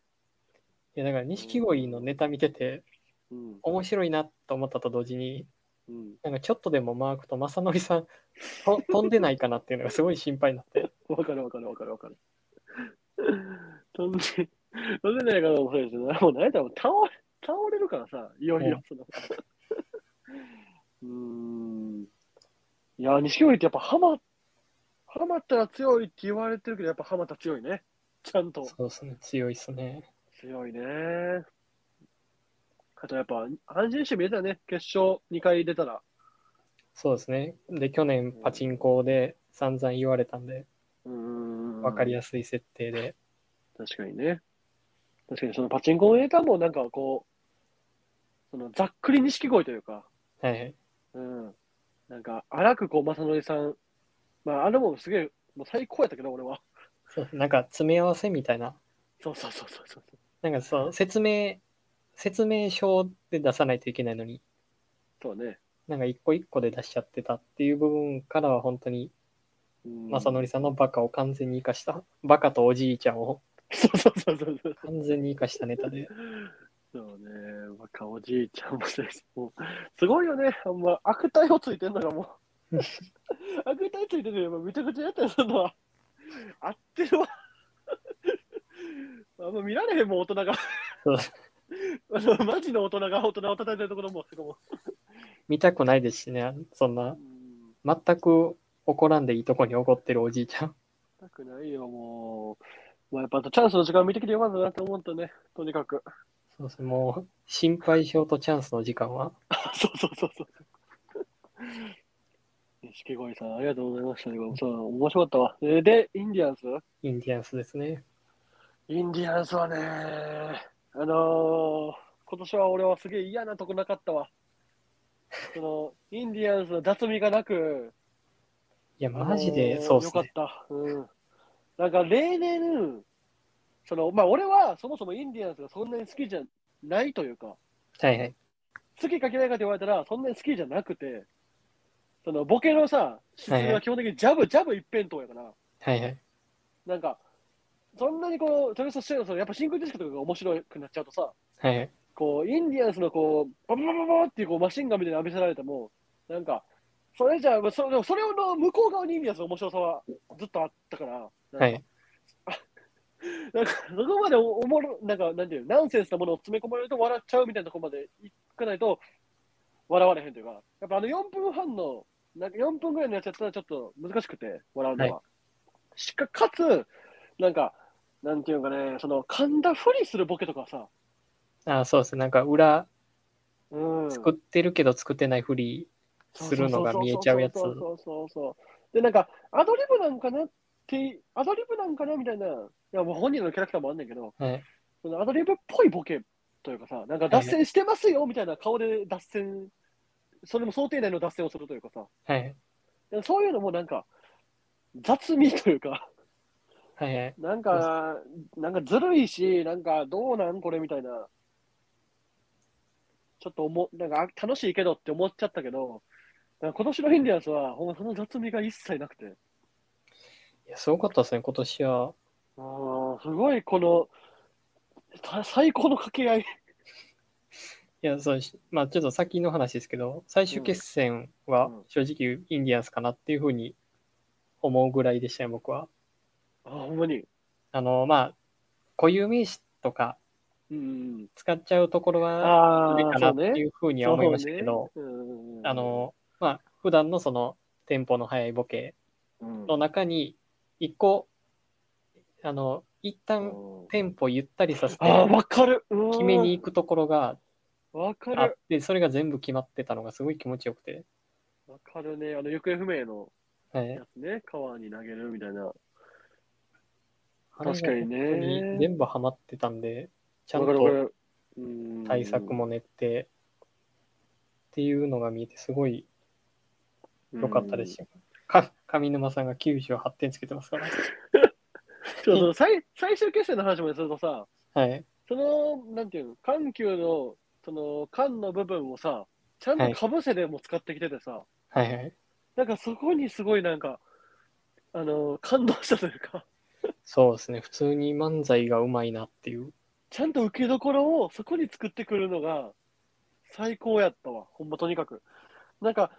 [SPEAKER 2] いや、だから錦鯉のネタ見てて、
[SPEAKER 1] うん、
[SPEAKER 2] 面白いなと思ったと同時に、
[SPEAKER 1] うん。
[SPEAKER 2] なんかちょっとでもマークと正則さんと飛んでないかなっていうのがすごい心配になって。
[SPEAKER 1] わかるわかるわかるわかる。飛んで、飛んでないからもそうですよね。もう何やったらもう倒れ、倒れるからさ、いよいよその。うーん。いや、錦織ってやっぱハマ、ハマったら強いって言われてるけど、やっぱハマったら強いね。ちゃんと。
[SPEAKER 2] そうですね、強いですね。
[SPEAKER 1] 強いね。あとやっぱ安心して見えたね。決勝2回出たら。
[SPEAKER 2] そうですね。で、去年パチンコで散々言われたんで、
[SPEAKER 1] うーん。
[SPEAKER 2] わかりやすい設定で。
[SPEAKER 1] 確かにね。確かにそのパチンコのネタもなんかこう、そのざっくり錦鯉というか、
[SPEAKER 2] はいはい。
[SPEAKER 1] うん。なんか荒くこう、正則さん、まああれもすげえ、もう最高やったけど、俺は。
[SPEAKER 2] そうなんか詰め合わせみたいな。
[SPEAKER 1] そうそうそうそうそう。
[SPEAKER 2] なんかそう、説明、説明書で出さないといけないのに、
[SPEAKER 1] そうね。
[SPEAKER 2] なんか一個一個で出しちゃってたっていう部分からは本当に、
[SPEAKER 1] うん
[SPEAKER 2] 正則さんのバカを完全に生かした、バカとおじいちゃんを
[SPEAKER 1] そうそうそうそうそう。
[SPEAKER 2] 完全に生かしたネタで、
[SPEAKER 1] そうね。若おじいちゃんもそうです。もう、すごいよね。あんま悪態をついてんのがも う。悪態ついてるよ。もうめちゃくちゃやったよ、そんなのは。合ってるわ。あんま見られへんもん、大人が。
[SPEAKER 2] そう
[SPEAKER 1] あのマジの大人が大人を叩いてるところも、そこも。
[SPEAKER 2] 見たくないですしね、そんな、全く怒らんでいいとこに怒ってるおじいちゃん。
[SPEAKER 1] たくないよ、もう。まあ、やっぱチャンスの時間見てきてよかったなと思ったね、とにかく。
[SPEAKER 2] そうですね、もう、心配性とチャンスの時間は、
[SPEAKER 1] そうそうそうそう。錦鯉さん、ありがとうございました。でもそう、面白かったわ。で、でインディアンス
[SPEAKER 2] インディアンスですね。
[SPEAKER 1] インディアンスはね、あのー今年は俺はすげえ嫌なとこなかったわ。その、インディアンスの雑味がなく、
[SPEAKER 2] いや、マジ
[SPEAKER 1] あ
[SPEAKER 2] で、
[SPEAKER 1] のー
[SPEAKER 2] そうですね。
[SPEAKER 1] よかった。うん。なんか例年、その、まあ俺はそもそもインディアンスがそんなに好きじゃないというか、
[SPEAKER 2] はいはい。
[SPEAKER 1] 好きか嫌いかって言われたら、そんなに好きじゃなくて、そのボケのさ、質
[SPEAKER 2] はいは
[SPEAKER 1] が
[SPEAKER 2] い
[SPEAKER 1] 基本的にジャブ、ジャブ一辺倒やから、
[SPEAKER 2] はいはい。
[SPEAKER 1] なんか、そんなにこう、それとしてるそのやっぱ真空ジェシカとかが面白くなっちゃうとさ、
[SPEAKER 2] はいはい。
[SPEAKER 1] こう、インディアンスのこう、バババババっていうこうマシンガンみたいなの浴びせられても、なんか、それじゃあ、まあそれそれの向こう側にインディアンスの面白さはずっとあったから、なんか
[SPEAKER 2] はい。
[SPEAKER 1] なんか、そこまでおおもろ、なんか、なんていうの、ナンセンスなものを詰め込まれると笑っちゃうみたいなところまでいかないと、笑われへんというか、やっぱあの4分半の、なんか4分ぐらいのやつやったらちょっと難しくて、笑うのは。しか、かつ、なんか、なんていうのかね、その、噛んだふりするボケとかさ、
[SPEAKER 2] あそうですね。なんか、裏、
[SPEAKER 1] うん。
[SPEAKER 2] 作ってるけど作ってないふりするのが見えちゃうやつ。
[SPEAKER 1] そう
[SPEAKER 2] は
[SPEAKER 1] そうそうそう。で、なんか、アドリブなんかなって、アドリブなんかなみたいな、いや、もう本人のキャラクターもあんねんけど、
[SPEAKER 2] い。
[SPEAKER 1] そのアドリブっぽいボケというかさ、なんか脱線してますよみたいな顔で脱線、それも想定内の脱線をするというかさ、
[SPEAKER 2] はい。
[SPEAKER 1] でもそういうのもなんか、雑味というか、
[SPEAKER 2] はいはい。
[SPEAKER 1] なんか、なんかずるいし、なんかどうなんこれみたいな、ちょっと思う、なんかあ楽しいけどって思っちゃったけど、なんか今年のインディアンスは、ほんまその雑味が一切なくて、
[SPEAKER 2] いや、すごかったですね、今年は。
[SPEAKER 1] あーすごいこの、さ最高の掛け合い。
[SPEAKER 2] いや、そうし、まあ、ちょっと先の話ですけど、最終決戦は
[SPEAKER 1] うん
[SPEAKER 2] 正直インディアンスかなっていうふうに思うぐらいでしたよ、僕は。
[SPEAKER 1] あーほんまに。
[SPEAKER 2] あの、まあ、固有名詞とか
[SPEAKER 1] うん。
[SPEAKER 2] 使っちゃうところは、
[SPEAKER 1] あ
[SPEAKER 2] あ
[SPEAKER 1] あ
[SPEAKER 2] れか
[SPEAKER 1] ー、
[SPEAKER 2] な
[SPEAKER 1] そ
[SPEAKER 2] っ
[SPEAKER 1] う
[SPEAKER 2] て
[SPEAKER 1] ね。
[SPEAKER 2] いうふうには思いましたけど、
[SPEAKER 1] そうねうん
[SPEAKER 2] あ、の、まあ、普段のそのテンポの速いボケ
[SPEAKER 1] うん
[SPEAKER 2] の中に、一個、あの、一旦
[SPEAKER 1] うん
[SPEAKER 2] テンポゆったりさせて、
[SPEAKER 1] あー、わかる。うん
[SPEAKER 2] 決めに行くところが
[SPEAKER 1] わか
[SPEAKER 2] あっ
[SPEAKER 1] る。
[SPEAKER 2] て、それが全部決まってたのがすごい気持ちよくて。
[SPEAKER 1] わかるね。あの、行方不明の
[SPEAKER 2] はい
[SPEAKER 1] や、つね。川に投げるみたいな。
[SPEAKER 2] あれが
[SPEAKER 1] 確かにね
[SPEAKER 2] 本当に全部ハマってたんで、ちゃ
[SPEAKER 1] わ
[SPEAKER 2] ん
[SPEAKER 1] かるわか
[SPEAKER 2] と
[SPEAKER 1] る。うん
[SPEAKER 2] 対策も練って、っていうのが見えて、すごい良かったですし、か上沼さんが98点つけてますから。
[SPEAKER 1] うんそうそう最最終決戦の話までするとさ、
[SPEAKER 2] はい。
[SPEAKER 1] その、なんていうの、緩急の、その、間の部分をさ、ちゃんとかぶせでも使ってきててさ、
[SPEAKER 2] はいはい。
[SPEAKER 1] なんかそこにすごいなんか、あの、感動したというか、
[SPEAKER 2] そうですね。普通に漫才がうまいなっていう。
[SPEAKER 1] ちゃんと受けどころをそこに作ってくるのが最高やったわ。ほんまとにかく。なんか、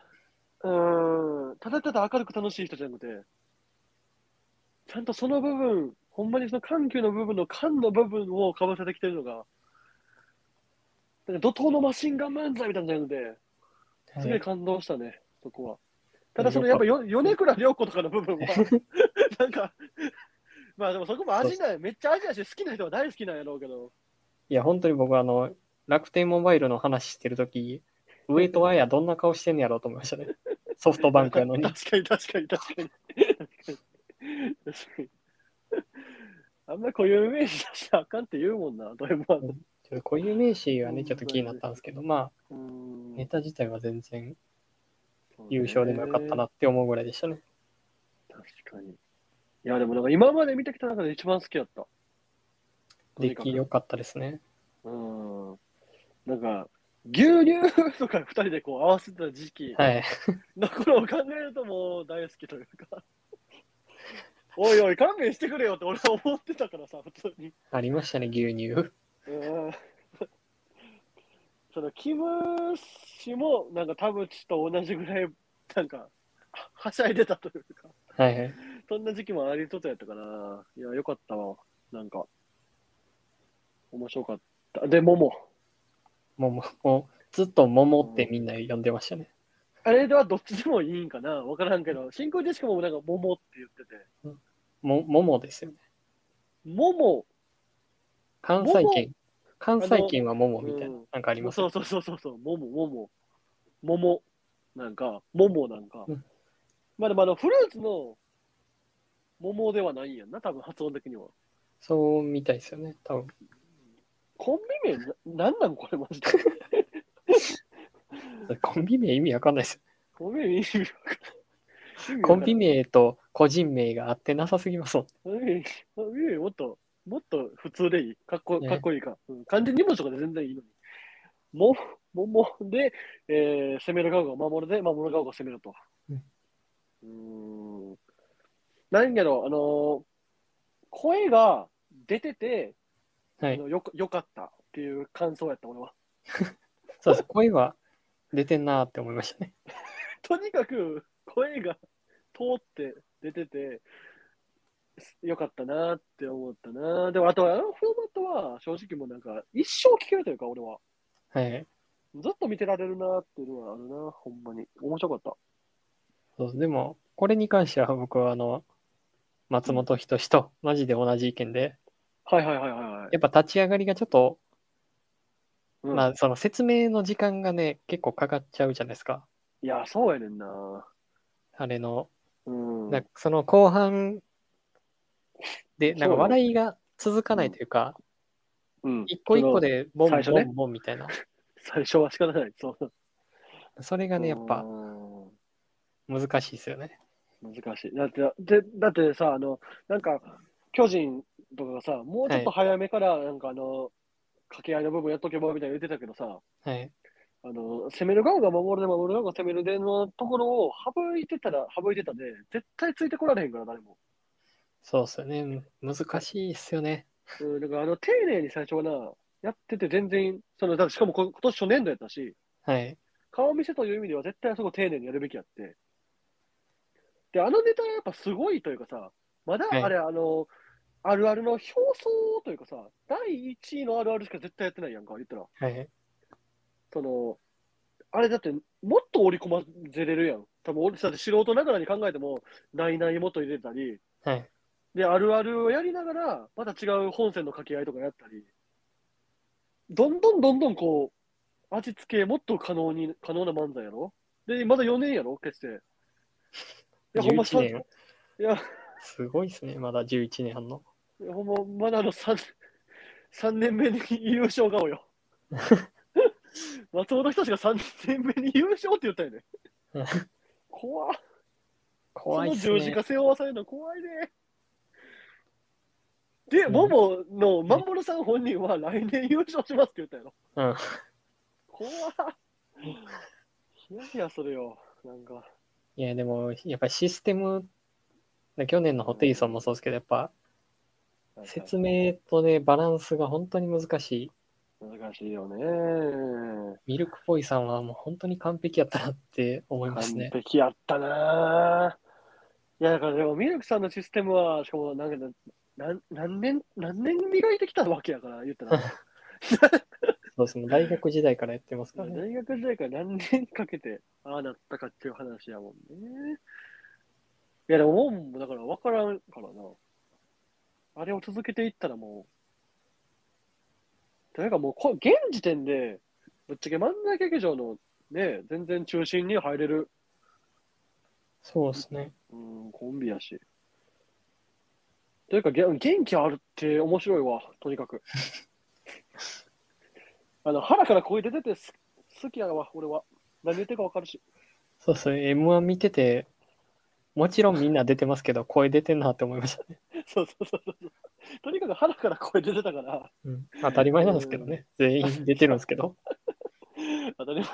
[SPEAKER 1] うーん、ただただ明るく楽しい人じゃなくて、ちゃんとその部分、ほんまにその緩急の部分の感の部分をかぶせてきてるのが、なんか怒涛のマシンガン漫才みたいなので、すごい感動したね、そこは。ただ、そのやっぱよ米倉涼子とかの部 分は、なんか、まあでもそこも味ない、めっちゃ味だし、好きな人は大好きなんやろうけど、
[SPEAKER 2] いや、本当に僕、あの、楽天モバイルの話してるとき、上戸彩どんな顔してんねやろうと思いましたね。ソフトバンクやのに。
[SPEAKER 1] 確かに確かに確かに。確かにあんまり固有名詞出したらあかんって言うもんな、ドラえもんは。
[SPEAKER 2] ちょっと固有名詞はね、ちょっと気になったんですけど、まあ、
[SPEAKER 1] うーん
[SPEAKER 2] ネタ自体は全然優勝でもよかったな。って思うぐらいでしたね。
[SPEAKER 1] 確かに。いや、でもなんか今まで見てきた中で一番好きだった。
[SPEAKER 2] 出来良かったですね。
[SPEAKER 1] うん。なんか、牛乳とか二人でこう合わせてた時期
[SPEAKER 2] はい。
[SPEAKER 1] の頃を考えるともう大好きというか。おいおい、勘弁してくれよって俺は思ってたからさ、普通に。
[SPEAKER 2] ありましたね、牛乳。
[SPEAKER 1] うん そのキム氏もなんか田淵と同じぐらいなんかははしゃいでたというか
[SPEAKER 2] はい。
[SPEAKER 1] そんな時期もありととやったかないやよかったわなんか面白かったで桃
[SPEAKER 2] もう、もうもう、ずっと桃ってみんな呼んでましたね。
[SPEAKER 1] あれではどっちでもいいんかなわからんけど真空ジェシカもなんか桃って言ってて
[SPEAKER 2] も、桃ですよね。
[SPEAKER 1] 桃
[SPEAKER 2] 関西圏。関西圏は桃みたいな
[SPEAKER 1] うん、
[SPEAKER 2] なんかあります
[SPEAKER 1] そうそうそうそうそう、もも、もも、もも、なんか、ももなんか。
[SPEAKER 2] うん
[SPEAKER 1] まあでもあの、フルーツの桃ではないんやんな、多分発音的には。
[SPEAKER 2] そうみたいですよね、多分。
[SPEAKER 1] コンビ名な、なんなんこれマ ジで。
[SPEAKER 2] コンビ名意味わかんないです。
[SPEAKER 1] コンビ名意味わかんない
[SPEAKER 2] コンビ名と個人名が合ってなさすぎますもん。
[SPEAKER 1] コンビ名コンビ名もっと、もっと普通でいい。かっこ
[SPEAKER 2] ね
[SPEAKER 1] かっこいいか。うん、漢字2文字とかで全然いいのに。も、ももで、えー、攻める側が守るで、守る側が攻めると。
[SPEAKER 2] うん
[SPEAKER 1] うーん。何やろ、あのー声が出てて、
[SPEAKER 2] は
[SPEAKER 1] あ
[SPEAKER 2] い。
[SPEAKER 1] のよかよかったっていう感想やった、俺は。
[SPEAKER 2] そ うです。声は出てんなーって思いましたね。
[SPEAKER 1] とにかく声が通って出てて、よかったなって思ったな。でも、あとはあのフォーマットは正直もうなんか一生聞けるというか、俺は。
[SPEAKER 2] はい。
[SPEAKER 1] ずっと見てられるなっていうのはあるな、ほんまに。面白かった。
[SPEAKER 2] そうですでも、これに関しては僕は、あの、松本人志とマジで同じ意見で、
[SPEAKER 1] はいはいはいはいはい。
[SPEAKER 2] やっぱ立ち上がりがちょっと、
[SPEAKER 1] うん
[SPEAKER 2] まあ、その説明の時間がね、結構かかっちゃうじゃないですか。
[SPEAKER 1] いや、そうやねんな。
[SPEAKER 2] あれの、
[SPEAKER 1] うん。
[SPEAKER 2] なんかその後半で、な
[SPEAKER 1] そ
[SPEAKER 2] んか
[SPEAKER 1] うね
[SPEAKER 2] 笑いが続かないというか、
[SPEAKER 1] うん、
[SPEAKER 2] 一個一個でボン
[SPEAKER 1] 最初
[SPEAKER 2] ボ
[SPEAKER 1] ね
[SPEAKER 2] ンボンみたいな。
[SPEAKER 1] 最初は仕方ない。そう。
[SPEAKER 2] それがね、やっぱ
[SPEAKER 1] うん
[SPEAKER 2] 難しいですよね。
[SPEAKER 1] 難しい。だって、でだってさ、あの、なんか、巨人とかがさ、もうちょっと早めから、なんかあの、掛け合いの部分やっとけばみたいな言ってたけどさ、
[SPEAKER 2] はい。
[SPEAKER 1] あの、攻める側が守るで、守る側が攻めるでのところを省いてたら、省いてたで、絶対ついてこられへんから、誰も。
[SPEAKER 2] そうですよね。難しいですよね。
[SPEAKER 1] うん、だからあの丁寧に最初はな、やってて全然、そのだからしかもこ今年初年度やったし、
[SPEAKER 2] はい。
[SPEAKER 1] 顔見せという意味では絶対そこ丁寧にやるべきやって。で、あのネタはやっぱすごいというかさ、まだ
[SPEAKER 2] はい
[SPEAKER 1] あれ、あの、あるあるの表層というかさ、第1位のあるあるしか絶対やってないやんか、言ったら。
[SPEAKER 2] はい。
[SPEAKER 1] その、あれだって、もっと織り込ませれるやん。多分俺、だって素人ながらに考えても、ないないもっと入れたり、
[SPEAKER 2] はい。
[SPEAKER 1] で、あるあるをやりながら、また違う本線の掛け合いとかやったり、どんどんどんどんこう、味付けもっと可能に、可能な漫才やろで、まだ4年やろ決して。いや、ほんま
[SPEAKER 2] 11
[SPEAKER 1] さ、い
[SPEAKER 2] 年。
[SPEAKER 1] や、
[SPEAKER 2] すごいですね。まだ11年半の。
[SPEAKER 1] いやほんま、まだあの3、三年目に優勝顔よ。松本人志が3年目に優勝って言ったよね
[SPEAKER 2] うん。
[SPEAKER 1] 怖っ
[SPEAKER 2] 怖いっす
[SPEAKER 1] その十字
[SPEAKER 2] ね
[SPEAKER 1] 架。背負わされるの怖いね。で、
[SPEAKER 2] うん
[SPEAKER 1] モモのマンボルさん本人は来年優勝しますって言ったやろ。
[SPEAKER 2] うん。
[SPEAKER 1] 怖っヒヤヒヤするよ。なんか。
[SPEAKER 2] いや、でも、やっぱりシステム、去年のホテイソンもそうですけど、やっぱ説明とね、バランスが本当に難しい
[SPEAKER 1] 難しいよね。
[SPEAKER 2] ミルクボーイさんはもう本当に完璧やったなって思いますね。
[SPEAKER 1] 完璧やったなぁ。いや、だからでも、ミルクさんのシステムは、しかも、なんか、なん何年、何年磨いてきたわけやから、言ったら。
[SPEAKER 2] そうですね。大学時代からやってますからね。
[SPEAKER 1] 大学時代から何年かけて、ああなったかっていう話やもんね。いや、でも、もんもだから分からんからな。あれを続けていったらもう、というかもうこ、現時点で、ぶっちゃけ漫才劇場のね、全然中心に入れる、
[SPEAKER 2] そうですね。
[SPEAKER 1] うん、コンビやし。というか、げ元気あるって面白いわ、とにかく。 あの腹から声出ててす好きやわ、俺は。何言ってるか分かるし。
[SPEAKER 2] そうそう。M1 見てて、もちろんみんな出てますけど、声出てんなって思いましたね。
[SPEAKER 1] そうそうそうそう。とにかく腹から声出てたから、
[SPEAKER 2] うん、当たり前なんですけどね。全員出てるんですけど。
[SPEAKER 1] 当たり前。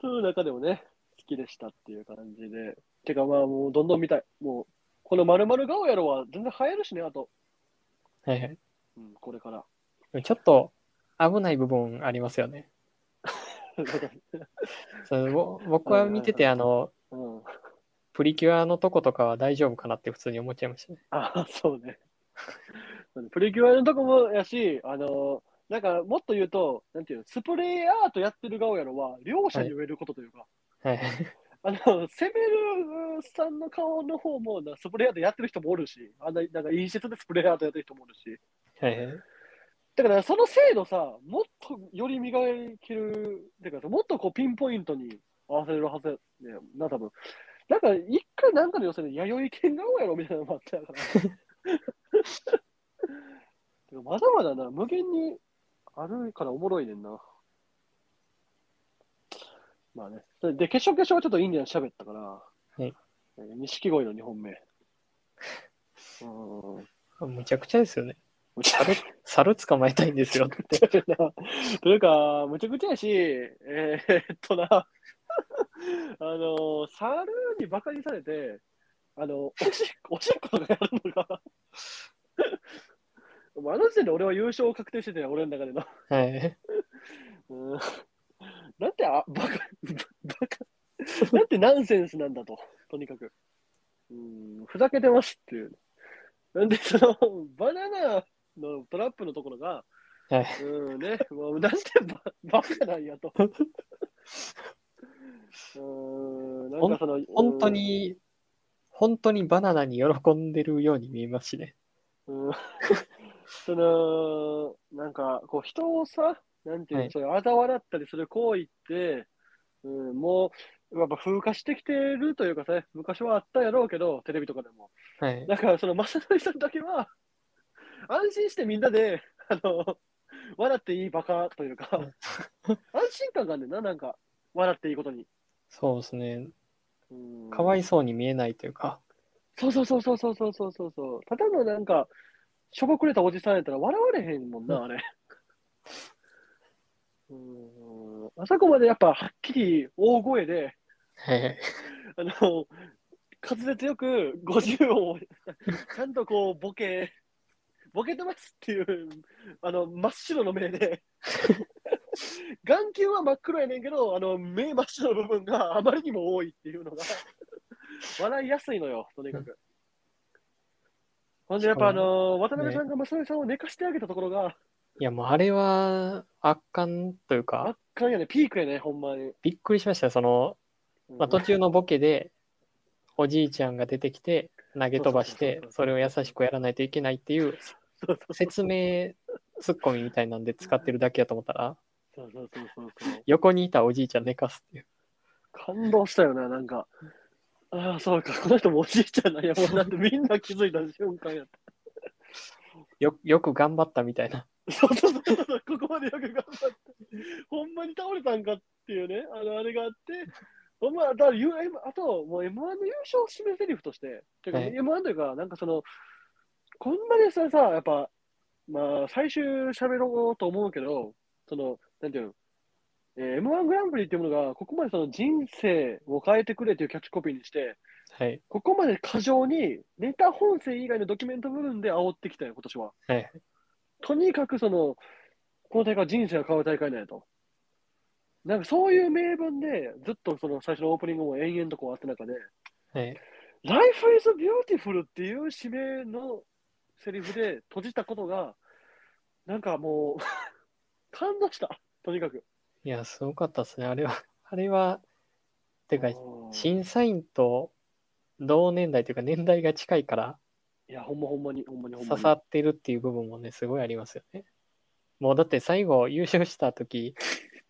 [SPEAKER 1] その中でもね、好きでしたっていう感じで。てかまあもうどんどん見たい。もう、この〇〇顔やろは全然流行るしね、あと。
[SPEAKER 2] はいはい。
[SPEAKER 1] うん、これから。
[SPEAKER 2] でもちょっと危ない部分ありますよね。
[SPEAKER 1] なんか
[SPEAKER 2] そうぼ僕は見てて、あの、
[SPEAKER 1] うん、
[SPEAKER 2] プリキュアのとことかは大丈夫かなって普通に思っちゃいましたね。
[SPEAKER 1] あ、そうね。 プリキュアのとこもやし、あのなんかもっと言うと、なんていうの、スプレーアートやってる顔やろは、両者に言えることというか、
[SPEAKER 2] はい。
[SPEAKER 1] あの、攻めるさんの顔の方もな、スプレーアートやってる人もおるし、あんな、なんか陰湿でスプレーアートやってる人もおるし、
[SPEAKER 2] はいはい。
[SPEAKER 1] だからその精度さ、もっとより磨ける、てかさ、もっとこうピンポイントに合わせるはずやねんな、多分なんか一回なんかの予選で弥生剣顔やろみたいなのもあったやから。で もまだまだな、無限にあるからおもろいねんな。まあね。で、決勝決勝はちょっとインディアン喋ったから、
[SPEAKER 2] い
[SPEAKER 1] 錦鯉の2本目。うーん。
[SPEAKER 2] むちゃくちゃですよね。
[SPEAKER 1] むちゃ
[SPEAKER 2] 猿猿捕まえたいんですよって。
[SPEAKER 1] というか、むちゃくちゃやし、えーえっとな、 あの、猿にバカにされて、あの、おしっこ、おしっことかやるのが、 もうあの時点で俺は優勝確定してたよ、俺の中での。
[SPEAKER 2] はい。
[SPEAKER 1] うんなんてあ、バカ、バカ、なんてナンセンスなんだと、とにかく。うん、ふざけてますっていう。なんで、その、バナナのトラップのところが、
[SPEAKER 2] はい。
[SPEAKER 1] うんね、もうなんてババカなんや と。うん、なんかその、
[SPEAKER 2] 本当に、本当にバナナに喜んでるように見えますしね。
[SPEAKER 1] うん、 うんその、なんか、こう、人をさ、なんていうの、
[SPEAKER 2] はい
[SPEAKER 1] そういう嘲笑ったりする行為って、うん、もう、やっぱ風化してきてるというかさ、昔はあったやろうけど、テレビとかでも。
[SPEAKER 2] はい。
[SPEAKER 1] だから、その、正則さんだけは、安心してみんなで、あの、笑っていいバカというか、安心感があるんだよな、なんか、笑っていいことに。
[SPEAKER 2] そうですね。
[SPEAKER 1] うん
[SPEAKER 2] かわいそうに見えないというか。
[SPEAKER 1] そうそうそうそうそうそうそうそうそう。ただのなんか、しょぼくれたおじさんやったら笑われへんもんな、あれ。うーん。あそこまでやっぱはっきり大声で、
[SPEAKER 2] はいはい。
[SPEAKER 1] あの、滑舌よく50音を、ちゃんとこう、ボケ、ボケてますっていう、あの、真っ白の目で、眼球は真っ黒やねんけど、あの、目真っ白の部分があまりにも多いっていうのが、笑いやすいのよ、とにかく。ほんで、やっぱあの、渡辺さんが正則さんを寝かしてあげたところが、
[SPEAKER 2] いや、もうあれは圧巻というか
[SPEAKER 1] 圧、巻やね、ピークやね、ほんまに。
[SPEAKER 2] びっくりしましたよ。その、
[SPEAKER 1] うん
[SPEAKER 2] まあ、途中のボケで、おじいちゃんが出てきて、投げ飛ばして、それを優しくやらないといけないっていう、
[SPEAKER 1] そうそう
[SPEAKER 2] 説明ツッコミみたいなんで使ってるだけやと思ったら、
[SPEAKER 1] そうそうそうそうそう。
[SPEAKER 2] 横にいたおじいちゃん寝かすっていう。
[SPEAKER 1] 感動したよな、なんか。ああ、そうか、この人もおじいちゃんなんやもうなってみんな気づいた瞬間やっ
[SPEAKER 2] よよく頑張ったみたいな。
[SPEAKER 1] た。そうそうそうそう、ここまでよく頑張って。ほんまに倒れたんかっていうね、あの、あれがあって、ほんま、だから、U、M あと、もう M1 の優勝を締めセリフとして、てか、
[SPEAKER 2] はい
[SPEAKER 1] M1 というか、なんかその、こんなにさ、さ、やっぱ、まあ、最終喋ろうと思うけど、その、なんていうの、えー M1 グランプリっていうものが、ここまでその人生を変えてくれというキャッチコピーにして、
[SPEAKER 2] はい。
[SPEAKER 1] ここまで過剰にネタ本線以外のドキュメント部分で煽ってきたよ、今年は。
[SPEAKER 2] はい
[SPEAKER 1] とにかくその、この大会は人生が変わる大会なんやと。なんかそういう名分で、ずっとその最初のオープニングも延々とこうあった中で、
[SPEAKER 2] はい。
[SPEAKER 1] Life is beautiful っていう指名のセリフで閉じたことが、なんかもう、 感動した。とにかく。
[SPEAKER 2] いや、すごかったですね。あれは、あれは、てか
[SPEAKER 1] う、ん
[SPEAKER 2] 審査員と同年代というか年代が近いから
[SPEAKER 1] いや、ほんまほんまに、ほんまにほんま
[SPEAKER 2] 刺
[SPEAKER 1] に。
[SPEAKER 2] さってるっていう部分もね、すごいありますよね。もうだって最後優勝した 時、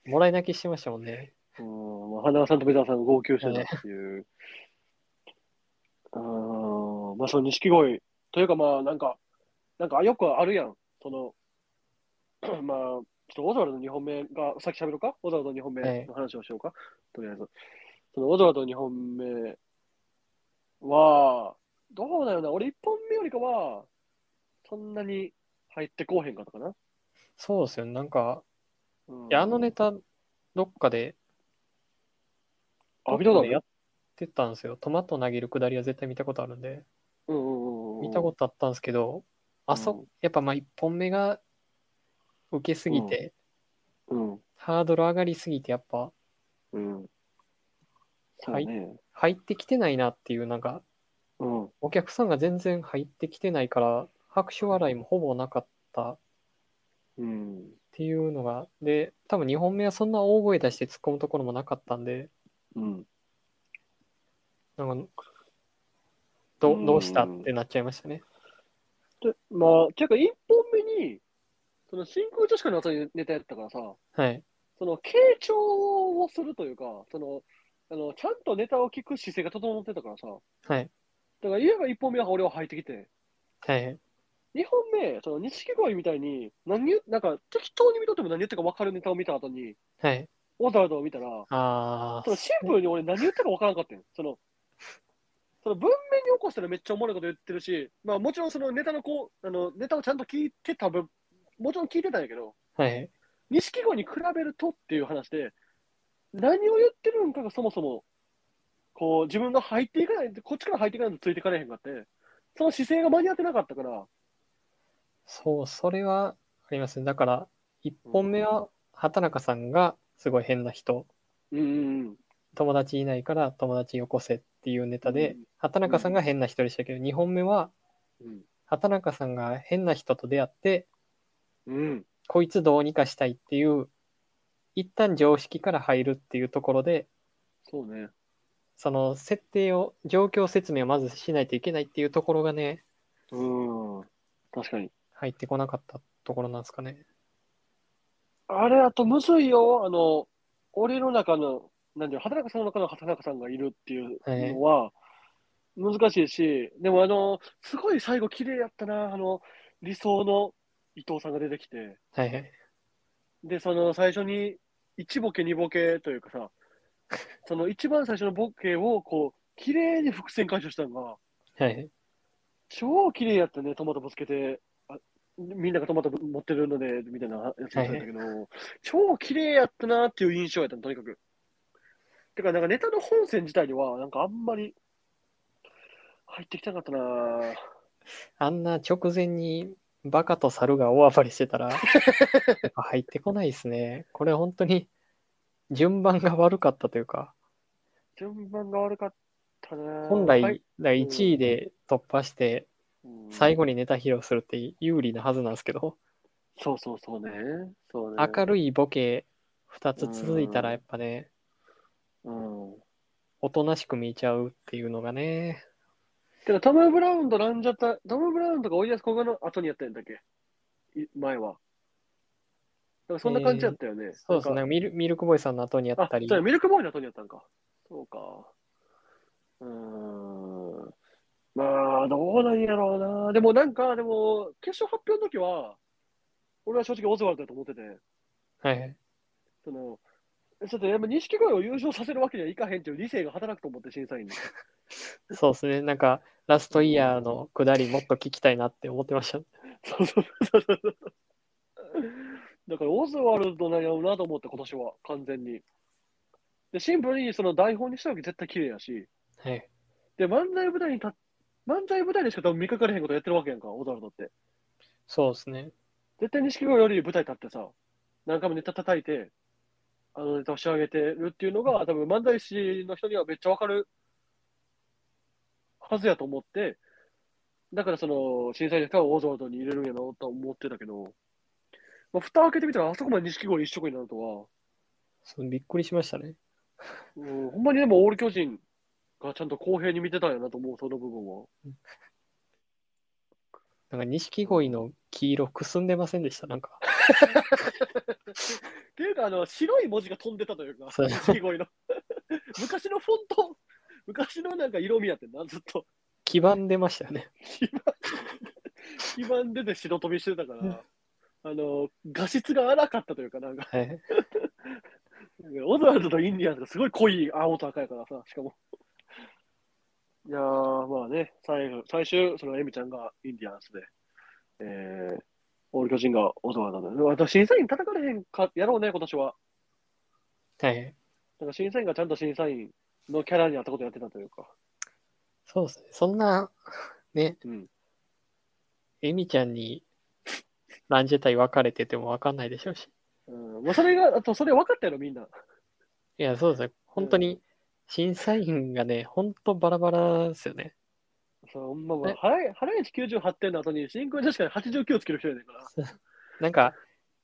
[SPEAKER 2] もらい泣きしてましたもんね。
[SPEAKER 1] うん、もう花輪さんとベザーさんが号泣してたっていう。うん、まあその錦鯉、というかまあなんか、なんかよくあるやん。その、 まあ、ちょっとオズワルドの2本目が、さっき喋ろうかオズワルドの2本目の話をしようか、とりあえず。そのオズワルドの2本目は、どうだよな。俺1本目よりかは、そんなに入ってこうへんかったかな。
[SPEAKER 2] そうですよね。なんか、
[SPEAKER 1] うん、
[SPEAKER 2] いやあのネタ、どっかで、
[SPEAKER 1] あ、見たことあ
[SPEAKER 2] どっかでや
[SPEAKER 1] る
[SPEAKER 2] ってたんですよ。トマト投げるくだりは絶対見たことあるんで、
[SPEAKER 1] うんうんうんうん。
[SPEAKER 2] 見たことあったんですけど、あそ、
[SPEAKER 1] うん
[SPEAKER 2] やっぱまあ1本目が受けすぎて、
[SPEAKER 1] とうん。
[SPEAKER 2] ハードル上がりすぎて、やっぱ
[SPEAKER 1] うん。そう
[SPEAKER 2] はい
[SPEAKER 1] ね。
[SPEAKER 2] 入ってきてないなっていう、なんか、
[SPEAKER 1] うん。
[SPEAKER 2] お客さんが全然入ってきてないから、拍手笑いもほぼなかったっ
[SPEAKER 1] うん。
[SPEAKER 2] ていうのが、で、多分2本目はそんな大声出して突っ込むところもなかったんで、
[SPEAKER 1] うん。
[SPEAKER 2] なんか、ど
[SPEAKER 1] うん
[SPEAKER 2] どうしたってなっちゃいましたね。
[SPEAKER 1] で、まあ、ていうか、一本目に、その真空女子会の後にネタやったからさ、
[SPEAKER 2] はい。
[SPEAKER 1] その、傾聴をするというか、その、あの、ちゃんとネタを聞く姿勢が整ってたからさ、
[SPEAKER 2] はい。
[SPEAKER 1] だから言えば一本目は俺は入ってきて、
[SPEAKER 2] はい。
[SPEAKER 1] 二本目、その、錦鯉みたいに、何言う、なんか、適当に見とっても何言ってるか分かるネタを見た後に、
[SPEAKER 2] はい。
[SPEAKER 1] オザードを見たら、
[SPEAKER 2] あ
[SPEAKER 1] そのシンプルに俺何言ったか分からんかったんよその、その文面に起こしたらめっちゃおもろいこと言ってるし、まあもちろんそのネタのこう、あの、ネタをちゃんと聞いてた分、もちろん聞いてたんやけど、
[SPEAKER 2] あ、はい。
[SPEAKER 1] 錦鯉に比べるとっていう話で、何を言ってるんかがそもそも、こう自分が入っていかない、こっちから入っていかないとついていかれへんかって、その姿勢が間に合ってなかったから、
[SPEAKER 2] そう、それはありますね。だから、1本目は畑中さんがすごい変な人、
[SPEAKER 1] うんうんうん。
[SPEAKER 2] 友達いないから友達よこせっていうネタ
[SPEAKER 1] う
[SPEAKER 2] で
[SPEAKER 1] ん、
[SPEAKER 2] 畑中さんが変な人でしたけど、2本目は
[SPEAKER 1] うん。
[SPEAKER 2] 畑中さんが変な人と出会って、
[SPEAKER 1] うん。
[SPEAKER 2] こいつどうにかしたいっていう、一旦常識から入るっていうところで、
[SPEAKER 1] そうね。
[SPEAKER 2] その設定を、状況説明をまずしないといけないっていうところがね、
[SPEAKER 1] うん。確かに。
[SPEAKER 2] 入ってこなかったところなんですかね。
[SPEAKER 1] あれ、あと、むずいよ。あの、俺の中の、なんていうの、畑中さんの中の畑中さんがいるっていうのは、難しいし、でも、あの、すごい最後、綺麗やったな。あの、理想の伊藤さんが出てきて、
[SPEAKER 2] はいはい。
[SPEAKER 1] で、その、最初に、1ボケ、2ボケというかさ、その一番最初のボケを、こう、綺麗に伏線回収したのが、
[SPEAKER 2] はい。
[SPEAKER 1] 超綺麗やったね、トマトぶつけて、あみんながトマトぶ持ってるので、みたいなやつだったんだけど、超綺麗やったなっていう印象やったの、とにかく。てか、なんかネタの本線自体には、なんかあんまり入ってきてなかったな
[SPEAKER 2] あんな直前にバカと猿が大暴れしてたら、やっぱ入ってこないですね。これ本当に順番が悪かったというか、
[SPEAKER 1] 順番が悪かったな
[SPEAKER 2] 本
[SPEAKER 1] はい
[SPEAKER 2] 来、1位で突破して、
[SPEAKER 1] うん
[SPEAKER 2] 最後にネタ披露するって有利なはずなんですけど、
[SPEAKER 1] そうそうそうね。そうね。
[SPEAKER 2] 明るいボケ2つ続いたらやっぱね、
[SPEAKER 1] うん。
[SPEAKER 2] おとなしく見ちゃうっていうのがね、
[SPEAKER 1] てか、トム・ブラウンとランジャタ、トム・ブラウンとかおいでやすこがの後にやったんだっけい前は。なんかそんな感じだったよね。
[SPEAKER 2] そうです
[SPEAKER 1] なんか
[SPEAKER 2] ね、ミルミルクボーイさんの後にや
[SPEAKER 1] あ
[SPEAKER 2] っ、たり
[SPEAKER 1] じゃ、ミルクボーイの後にやったんか。そうか。うーん。まあ、どうなんやろうな。でもなんか、でも、決勝発表の時は、俺は正直オズワルドだと思ってて、
[SPEAKER 2] はい、
[SPEAKER 1] その、ちょっとやっぱ錦鯉を優勝させるわけにはいかへんっていう理性が働くと思って審査員に。
[SPEAKER 2] そうですね、なんかラストイヤーのくだりもっと聞きたいなって思ってました。
[SPEAKER 1] そうそうそうそう。だからオズワルドなんやろうなと思って今年は、完全に。で、シンプルにその台本にしたわけ絶対綺麗やし、
[SPEAKER 2] はい、
[SPEAKER 1] で、漫才舞台にた、漫才舞台でしか多分見かかれへんことやってるわけやんか、オズワルドって。
[SPEAKER 2] そうですね、
[SPEAKER 1] 絶対錦鯉より舞台立ってさ、何回もネタ叩いて、あのネタを仕上げてるっていうのが、多分漫才師の人にはめっちゃわかるはずやと思って、だからその、審査員の人はわざわざに入れるんやなと思ってたけど、まあ、蓋開けてみたら、あそこまで錦鯉一色になるとは、
[SPEAKER 2] そうびっくりしましたね。
[SPEAKER 1] うん、ほんまにでもオール巨人がちゃんと公平に見てたんやなと思う、その部分は。
[SPEAKER 2] なんか、錦鯉の黄色くすんでませんでした。なんか、
[SPEAKER 1] っていうか、あの、白い文字が飛んでたというか、
[SPEAKER 2] そう
[SPEAKER 1] 錦鯉の。 昔のフォント、昔のなんか色味やってんな、ずっと。
[SPEAKER 2] 黄ばんでましたよね。
[SPEAKER 1] 基盤出て白飛びしてたから、あの、画質が荒かったというか、なんか、
[SPEAKER 2] はい。
[SPEAKER 1] オズワルドとインディアンズがすごい濃い青と赤やからさ、しかも。いやー、まあね、最後、最終、そのエミちゃんがインディアンスで、えー、オール巨人がオズワルドで、私、審査員叩かれへんか、やろうね、今年は。
[SPEAKER 2] はい。
[SPEAKER 1] なんか審査員がちゃんと審査員のキャラに合ったことやってたというか。
[SPEAKER 2] そうですね。そんな、ね、
[SPEAKER 1] うん
[SPEAKER 2] エミちゃんに、ランジェタイ分かれてても分かんないでしょうし。
[SPEAKER 1] うん、まあ、それが、あと、それ分かったよ、みんな。
[SPEAKER 2] いや、そうですね。本当に、審査員がね、本当バラバラですよね。
[SPEAKER 1] そうほんまもう
[SPEAKER 2] ね、
[SPEAKER 1] 原原市98点の後に、新婚女子から89をつける人やねんから。
[SPEAKER 2] なんか、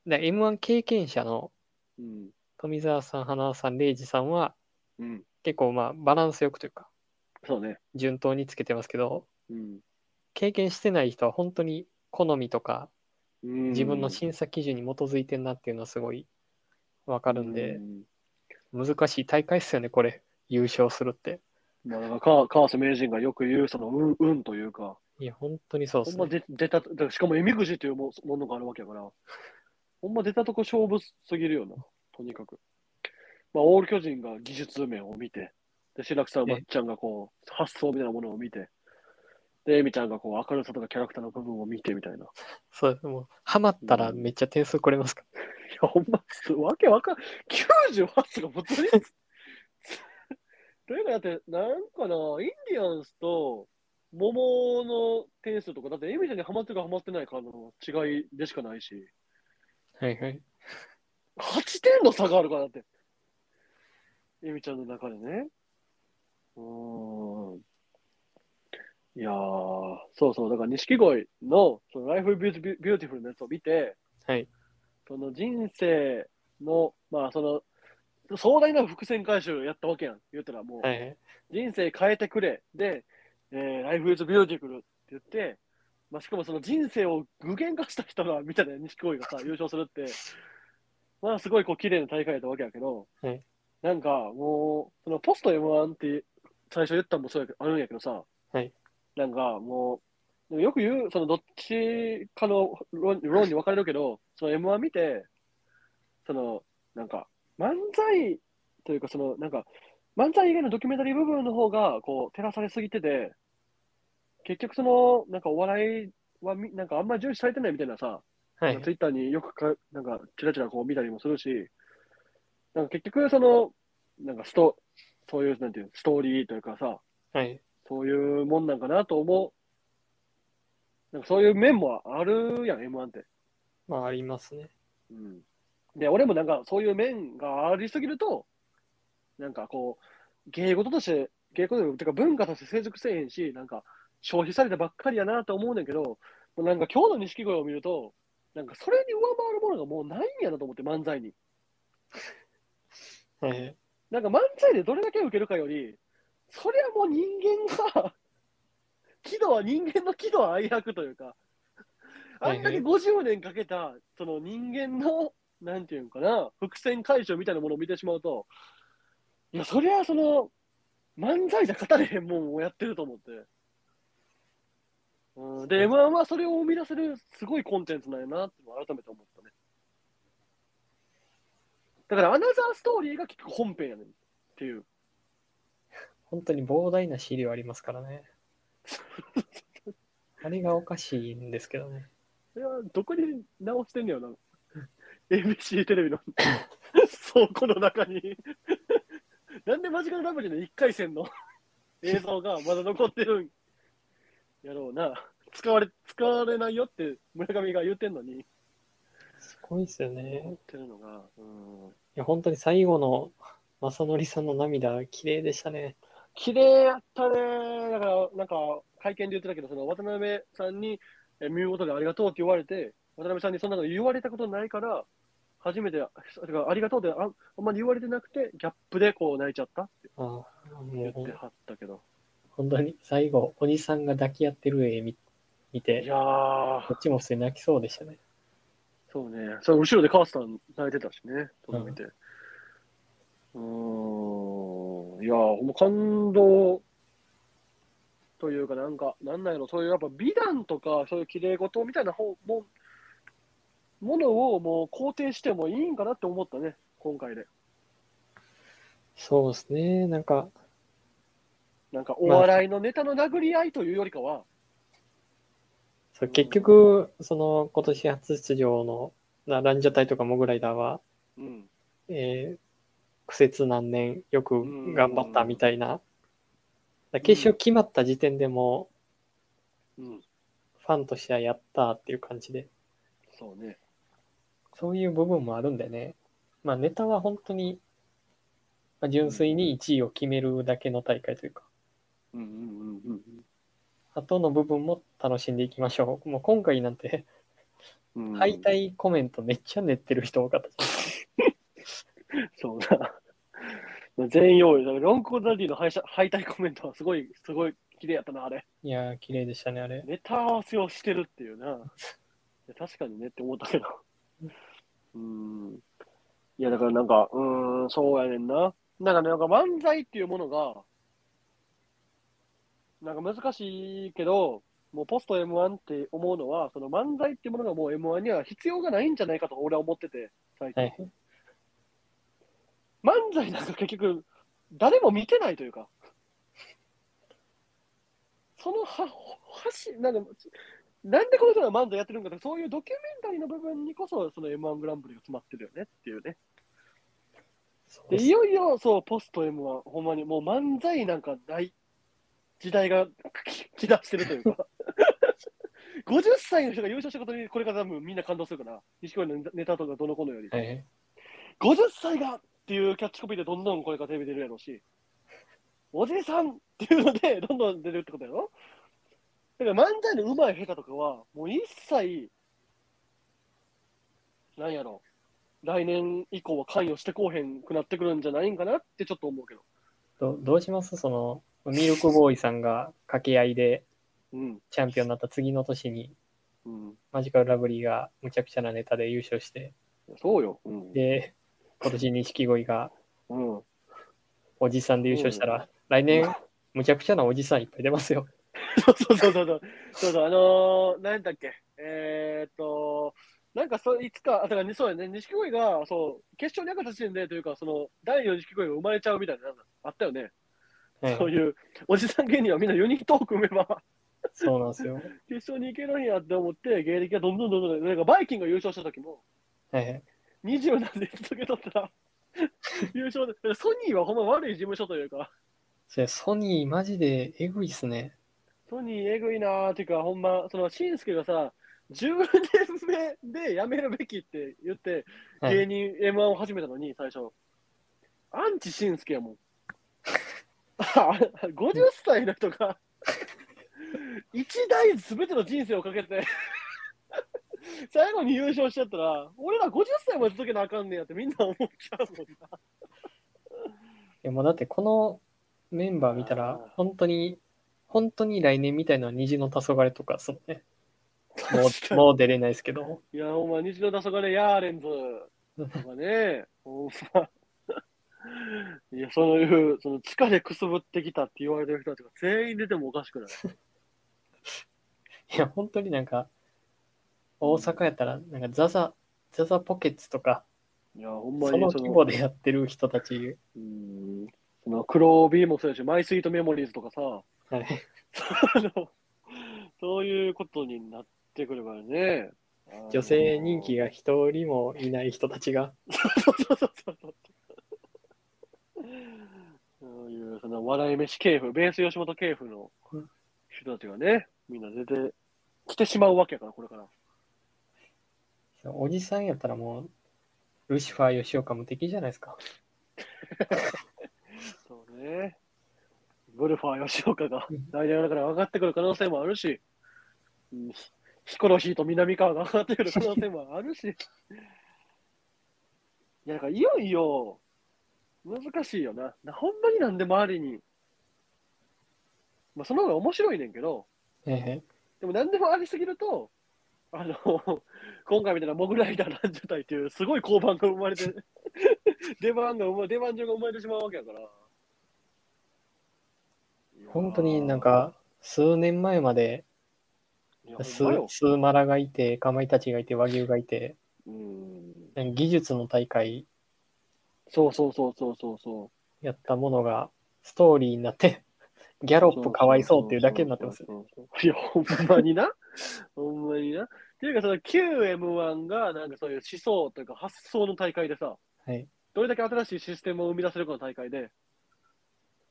[SPEAKER 2] な M1 経験者の
[SPEAKER 1] うん。
[SPEAKER 2] 富澤さん、花輪さん、礼二さんは、
[SPEAKER 1] うん。
[SPEAKER 2] 結構まあ、バランスよくというか、
[SPEAKER 1] そうね。
[SPEAKER 2] 順当につけてますけど、
[SPEAKER 1] うん。
[SPEAKER 2] 経験してない人は本当に好みとか、
[SPEAKER 1] うん
[SPEAKER 2] 自分の審査基準に基づいてんなっていうのはすごい分かるんで
[SPEAKER 1] う、ん
[SPEAKER 2] 難しい大会っすよね、これ、優勝するって。
[SPEAKER 1] まあ、だからか川瀬名人がよく言う、その、うん、うんというか、
[SPEAKER 2] いや、本当にそうで
[SPEAKER 1] ほん
[SPEAKER 2] す
[SPEAKER 1] ま
[SPEAKER 2] ね。
[SPEAKER 1] で出た、だからしかもえみくじというもものがあるわけや から、ほんま出たとこ勝負すぎるよな、とにかく。まあ、オール巨人が技術面を見て、で、白木さん、まっちゃんがこう、発想みたいなものを見て、で、えみちゃんがこう、明るさとかキャラクターの部分を見てみたいな。い
[SPEAKER 2] そう、もう、ハマったらめっちゃ点数くれますか
[SPEAKER 1] や、ほんま、すわけわかん、98がもうとりあえず。というか、だって、なんかな、インディアンスと、桃の点数とか、だってエミちゃんにハマってるかハマってないかの違いでしかないし。
[SPEAKER 2] ら。はいはい。
[SPEAKER 1] 8点の差があるからだって。エミちゃんの中でね。うーん。いやー、そうそう、だから錦鯉のそのライフビューティビュービューティフルのやつを見て、
[SPEAKER 2] はい。
[SPEAKER 1] その人生の、まあその、壮大な伏線回収やったわけやん。言ったらもう、
[SPEAKER 2] はいはい。
[SPEAKER 1] 人生変えてくれ。で、えー、Life is Beautiful って言って、まあ、しかもその人生を具現化した人が、みたいな錦鯉が さ、優勝するって、まあすごいこう綺麗な大会だったわけやけど、
[SPEAKER 2] はい
[SPEAKER 1] なんかもう、そのポスト M1 って最初言ったのもそうやけど、あるんやけどさ、
[SPEAKER 2] はい
[SPEAKER 1] なんかもう、でもよく言う、そのどっちかの論論に分かれるけど、その M1 見て、その、なんか、漫才というか、その、なんか、漫才以外のドキュメンタリー部分の方が、こう、照らされすぎてて、結局その、なんかお笑いはみ、なんかあんまり重視されてないみたいなさ、
[SPEAKER 2] はい
[SPEAKER 1] ツイッターによくか、なんか、ちらちらこう見たりもするし、なんか結局その、なんかスト、そういう、なんていう、ストーリーというかさ、
[SPEAKER 2] はい。
[SPEAKER 1] そういうもんなんかなと思う。なんかそういう面もあるやん、M1 って。
[SPEAKER 2] まあ、ありますね。
[SPEAKER 1] うんで、俺もなんかそういう面がありすぎると、なんかこう、芸事として、芸事というか文化として成熟せえへんし、なんか消費されたばっかりやなと思うねんけど、もうなんか今日の錦鯉を見ると、なんかそれに上回るものがもうないんやなと思って漫才に。
[SPEAKER 2] はいはい。
[SPEAKER 1] なんか漫才でどれだけ受けるかより、それはもう人間が、喜怒は人間の喜怒哀楽というか、あんだけ
[SPEAKER 2] はい
[SPEAKER 1] 50年かけた、その人間の、なんていうのかな、伏線解消みたいなものを見てしまうと、いや、そりゃ、その、漫才じゃ語れへんもんをやってると思って。うん、で、M1 はそれを生み出せるすごいコンテンツなんやなってのを改めて思ったね。だから、アナザーストーリーが結構本編やねんっていう。
[SPEAKER 2] 本当に膨大な資料ありますから ね。あれがおかしいんですけどね。
[SPEAKER 1] いや、どこに直してんのよな。ABC テレビの 倉庫の中に。 なんでマジカルラブリーの1回 戦の映像がまだ残ってるんやろうな。使われ、使われないよって村上が言ってんのに。
[SPEAKER 2] すごいですよね
[SPEAKER 1] 思。ってるのが、うん、
[SPEAKER 2] いや、本当に最後の正則さんの涙、綺麗でしたね。
[SPEAKER 1] 綺麗やったね。だから、なんか、会見で言ってたけど、その渡辺さんに、え見事でありがとうって言われて、渡辺さんにそんなの言われたことないから、初めて、そだからありがとうってあんあんまり言われてなくて、ギャップでこう泣いちゃったって
[SPEAKER 2] ああ、も
[SPEAKER 1] 言っ
[SPEAKER 2] うほん
[SPEAKER 1] てはったけど。
[SPEAKER 2] 本当に最後、おじさんが抱き合ってる絵見見
[SPEAKER 1] い
[SPEAKER 2] て、
[SPEAKER 1] やー、
[SPEAKER 2] こっちも普通に泣きそうでしたね。
[SPEAKER 1] そうね。それ後ろで川瀬さん泣いてたしね、それ見て。うーん、いやー、ほんま感動というか、なんか、なんなんやろ、そういうやっぱ美談とか、そういう綺麗事みたいな方も、ものをもう肯定してもいいんかなって思ったね、今回で。
[SPEAKER 2] そうですね。なんか、
[SPEAKER 1] なんか、お笑いのネタの殴り合いというよりかは、
[SPEAKER 2] そう結局、その今年初出場のなランジャタイとかモグライダーは、
[SPEAKER 1] うん、
[SPEAKER 2] えー苦節何年よく
[SPEAKER 1] ん
[SPEAKER 2] 頑張ったみたいな。だから決勝決まった時点でも
[SPEAKER 1] うん、
[SPEAKER 2] ファンとしてはやったっていう感じで、
[SPEAKER 1] そうね。
[SPEAKER 2] そういう部分もあるんだよね。まあネタは本当に、まあ、純粋に1位を決めるだけの大会というか、
[SPEAKER 1] うんうんうんうん
[SPEAKER 2] 後の部分も楽しんでいきましょう。もう今回なんて
[SPEAKER 1] うん。うん
[SPEAKER 2] 敗退コメントめっちゃ練ってる人多かったじゃん
[SPEAKER 1] そうだ。全員用意だ。ロンコダディの敗者敗退コメントはすごい、すごい綺麗やったな、あれ。
[SPEAKER 2] いやー、綺麗でしたね、あれ。
[SPEAKER 1] ネタ合わせをしてるっていうな。いや確かにねって思ったけど。うん。いや、だからなんか、うーん、そうやねんな。なんかね、なんか漫才っていうものが、なんか難しいけど、もうポスト M1 って思うのは、その漫才っていうものがもう M1 には必要がないんじゃないかと俺は思ってて、最近。
[SPEAKER 2] はい。
[SPEAKER 1] 漫才なんか結局、誰も見てないというか、そのは、橋、なんか、なんでこの人が漫才やってるんかって、そういうドキュメンタリーの部分にこそ、その M1 グランプリが詰まってるよねっていうね。
[SPEAKER 2] そう
[SPEAKER 1] で、
[SPEAKER 2] です
[SPEAKER 1] いよいよ、そう、ポスト M1、ほんまにもう漫才なんかない時代が来だしてるというか、50歳の人が優勝したことに、これから多分みんな感動するから、錦鯉のネタとかどの子のより。
[SPEAKER 2] はい
[SPEAKER 1] 50歳がっていうキャッチコピーでどんどんこれからテレビ出るやろうし、おじさんっていうので どんどん出るってことやろだから漫才の上手い下手とかは、もう一切、なんやろ、来年以降は関与してこうへんくなってくるんじゃないんかなってちょっと思うけど。
[SPEAKER 2] どどうしますその、ミルクボーイさんが掛け合いで
[SPEAKER 1] うん。
[SPEAKER 2] チャンピオンになった次の年に、
[SPEAKER 1] うん。
[SPEAKER 2] マジカルラブリーがむちゃくちゃなネタで優勝して、
[SPEAKER 1] そうよ。うん。
[SPEAKER 2] で、今年錦鯉が
[SPEAKER 1] うん、
[SPEAKER 2] おじさんで優勝したら、来年、むちゃくちゃなおじさんいっぱい出ますよ。
[SPEAKER 1] そうそうそうそうそう。そうそう、あのー、なんだっけ。えー、っと、なんかそう、いつか、あ、だからね、そうやね、錦鯉が、そう、決勝に上がった時点で、というか、その、第四次錦鯉が生まれちゃうみたいな、なんかあったよね。
[SPEAKER 2] は い
[SPEAKER 1] そういう、おじさん芸人はみんなユニットを組めば、
[SPEAKER 2] そうなんですよ。
[SPEAKER 1] 決勝に行けるんやって思って、芸歴がどんどんどんどん、なんかバイキングが優勝した時も、
[SPEAKER 2] はい
[SPEAKER 1] 20何年続けとったら、優勝で、ソニーはほんま悪い事務所というか、
[SPEAKER 2] それソニー、マジでえぐいっすね。
[SPEAKER 1] ソニーえぐいなーっていうか、ほんま、その、しんすけがさ、10年目で辞めるべきって言って、
[SPEAKER 2] は
[SPEAKER 1] 芸
[SPEAKER 2] い、
[SPEAKER 1] 人 M1 を始めたのに、最初。アンチしんすけやもん。 あ50歳の人が、一代全ての人生をかけて、最後に優勝しちゃったら、俺ら50歳まで続けなあかんねんやってみんな思っちゃうもんな。
[SPEAKER 2] でもだって、このメンバー見たら
[SPEAKER 1] あー、
[SPEAKER 2] 本当に、本当に来年みたいな虹の黄昏とか、そのね、も
[SPEAKER 1] 確か
[SPEAKER 2] う、
[SPEAKER 1] に
[SPEAKER 2] もう出れないですけど。
[SPEAKER 1] いや、ほんま、日の出そこで、ヤーレンズとかね、 ほんま。いや、そういう、その地下でくすぶってきたって言われてる人たちが全員出てもおかしくない。
[SPEAKER 2] いや、本当になんか、大阪やったら、なんかザザ、ザザポケッツとか、
[SPEAKER 1] いや、ほんま
[SPEAKER 2] そ
[SPEAKER 1] に
[SPEAKER 2] の
[SPEAKER 1] そ
[SPEAKER 2] 規
[SPEAKER 1] の
[SPEAKER 2] 模でやってる人たち、
[SPEAKER 1] うんその黒帯もそうやし、マイスイートメモリーズとかさ、
[SPEAKER 2] はい、
[SPEAKER 1] あのそういうことになってくればね。あの
[SPEAKER 2] 女性人気。が一人もいない人たちが、
[SPEAKER 1] そうそうそうそう。そういう、その笑い飯系譜、ベース吉本系譜の
[SPEAKER 2] うん
[SPEAKER 1] 人たちがね、みんな出てきてしまうわけやから、これから。
[SPEAKER 2] おじさんやったらもう、ルシファー吉岡無敵じゃないですか。
[SPEAKER 1] そうね。ゴルファー吉岡が来年だから上がってくる可能性もあるし、うんヒコロヒーと南川が上がってくる可能性もあるし。い や、だからいよいよ、難しいよな。なほんまになんで周りに。まあ、その方が面白いねんけど、
[SPEAKER 2] ええ
[SPEAKER 1] でも何でもありすぎると、あの、 今回みたいなモグライダーランジャタイっていうすごい交番が生まれて、 出番が生ま、出番順が生まれてしまうわけやから。
[SPEAKER 2] 本当になんか、数年前まで
[SPEAKER 1] いや、
[SPEAKER 2] ス
[SPEAKER 1] ほんまよ
[SPEAKER 2] スーマラがいて、かまいたちがいて、和牛がいて、
[SPEAKER 1] うん。
[SPEAKER 2] 技術の大会
[SPEAKER 1] そうそうそうそうそうそ
[SPEAKER 2] やったものが、ストーリーになって、 ギャ
[SPEAKER 1] う。
[SPEAKER 2] ロップかわいそうっていうだけになってますよ。
[SPEAKER 1] そうそうそうそう。いや、ほんまにな。 ほんまにな。っていうか、その QM1 が、なんかそういう思想というか発想の大会でさ、
[SPEAKER 2] はい。
[SPEAKER 1] どれだけ新しいシステムを生み出せるかの大会で、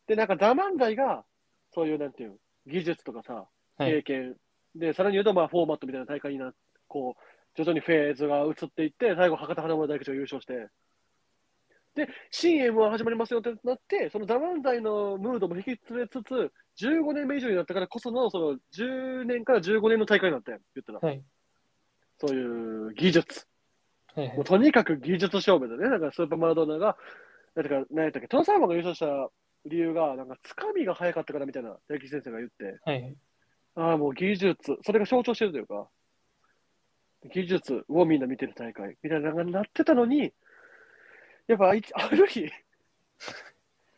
[SPEAKER 1] で、なんか、座漫才が、そういう、なんていう、技術とかさ、
[SPEAKER 2] はい
[SPEAKER 1] 経験、で、さらに言うと、まあ、フォーマットみたいな大会にな、こう、徐々にフェーズが移っていって、最後、博多華丸大吉が優勝して、で、新 M は始まりますよってなって、その座漫才のムードも引き連れつつ、15年目以上になったからこその、その、10年から15年の大会になって、言ったら、
[SPEAKER 2] はい。
[SPEAKER 1] そういう技術。
[SPEAKER 2] はい
[SPEAKER 1] もうとにかく技術勝負でね、なんかスーパーマラドーナが、なんていうか、何やったっけ、トロサーマンが優勝した理由が、なんか、つかみが早かったからみたいな、大吉先生が言って、
[SPEAKER 2] はい。はい。
[SPEAKER 1] ああ、もう技術、それが象徴してるというか、技術をみんな見てる大会みたいなのがなってたのに、やっぱあいつ、ある日、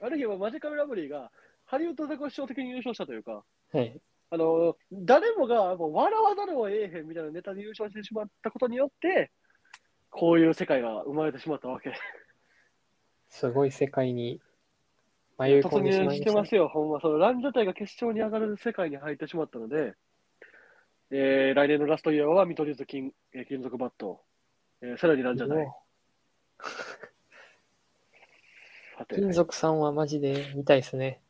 [SPEAKER 1] ある日はマジカルラブリーが、ハリウッドザコシショウ的に優勝したというか、
[SPEAKER 2] はい。
[SPEAKER 1] あの誰もがもう笑わざるを得へんみたいなネタで優勝してしまったことによって、こういう世界が生まれてしまったわけ。
[SPEAKER 2] すごい世界に迷い
[SPEAKER 1] 突
[SPEAKER 2] 込ん
[SPEAKER 1] 入
[SPEAKER 2] でしまい
[SPEAKER 1] し
[SPEAKER 2] ま
[SPEAKER 1] て
[SPEAKER 2] し
[SPEAKER 1] ま
[SPEAKER 2] た。
[SPEAKER 1] すよ、ほんま、そのランジャタイが決勝に上がる世界に入ってしまったので、えー来年のラストイヤーは見取り図金,、えー金属バット、えーさらにランジャタイ、さて、
[SPEAKER 2] 金属さんはマジで見たいですね。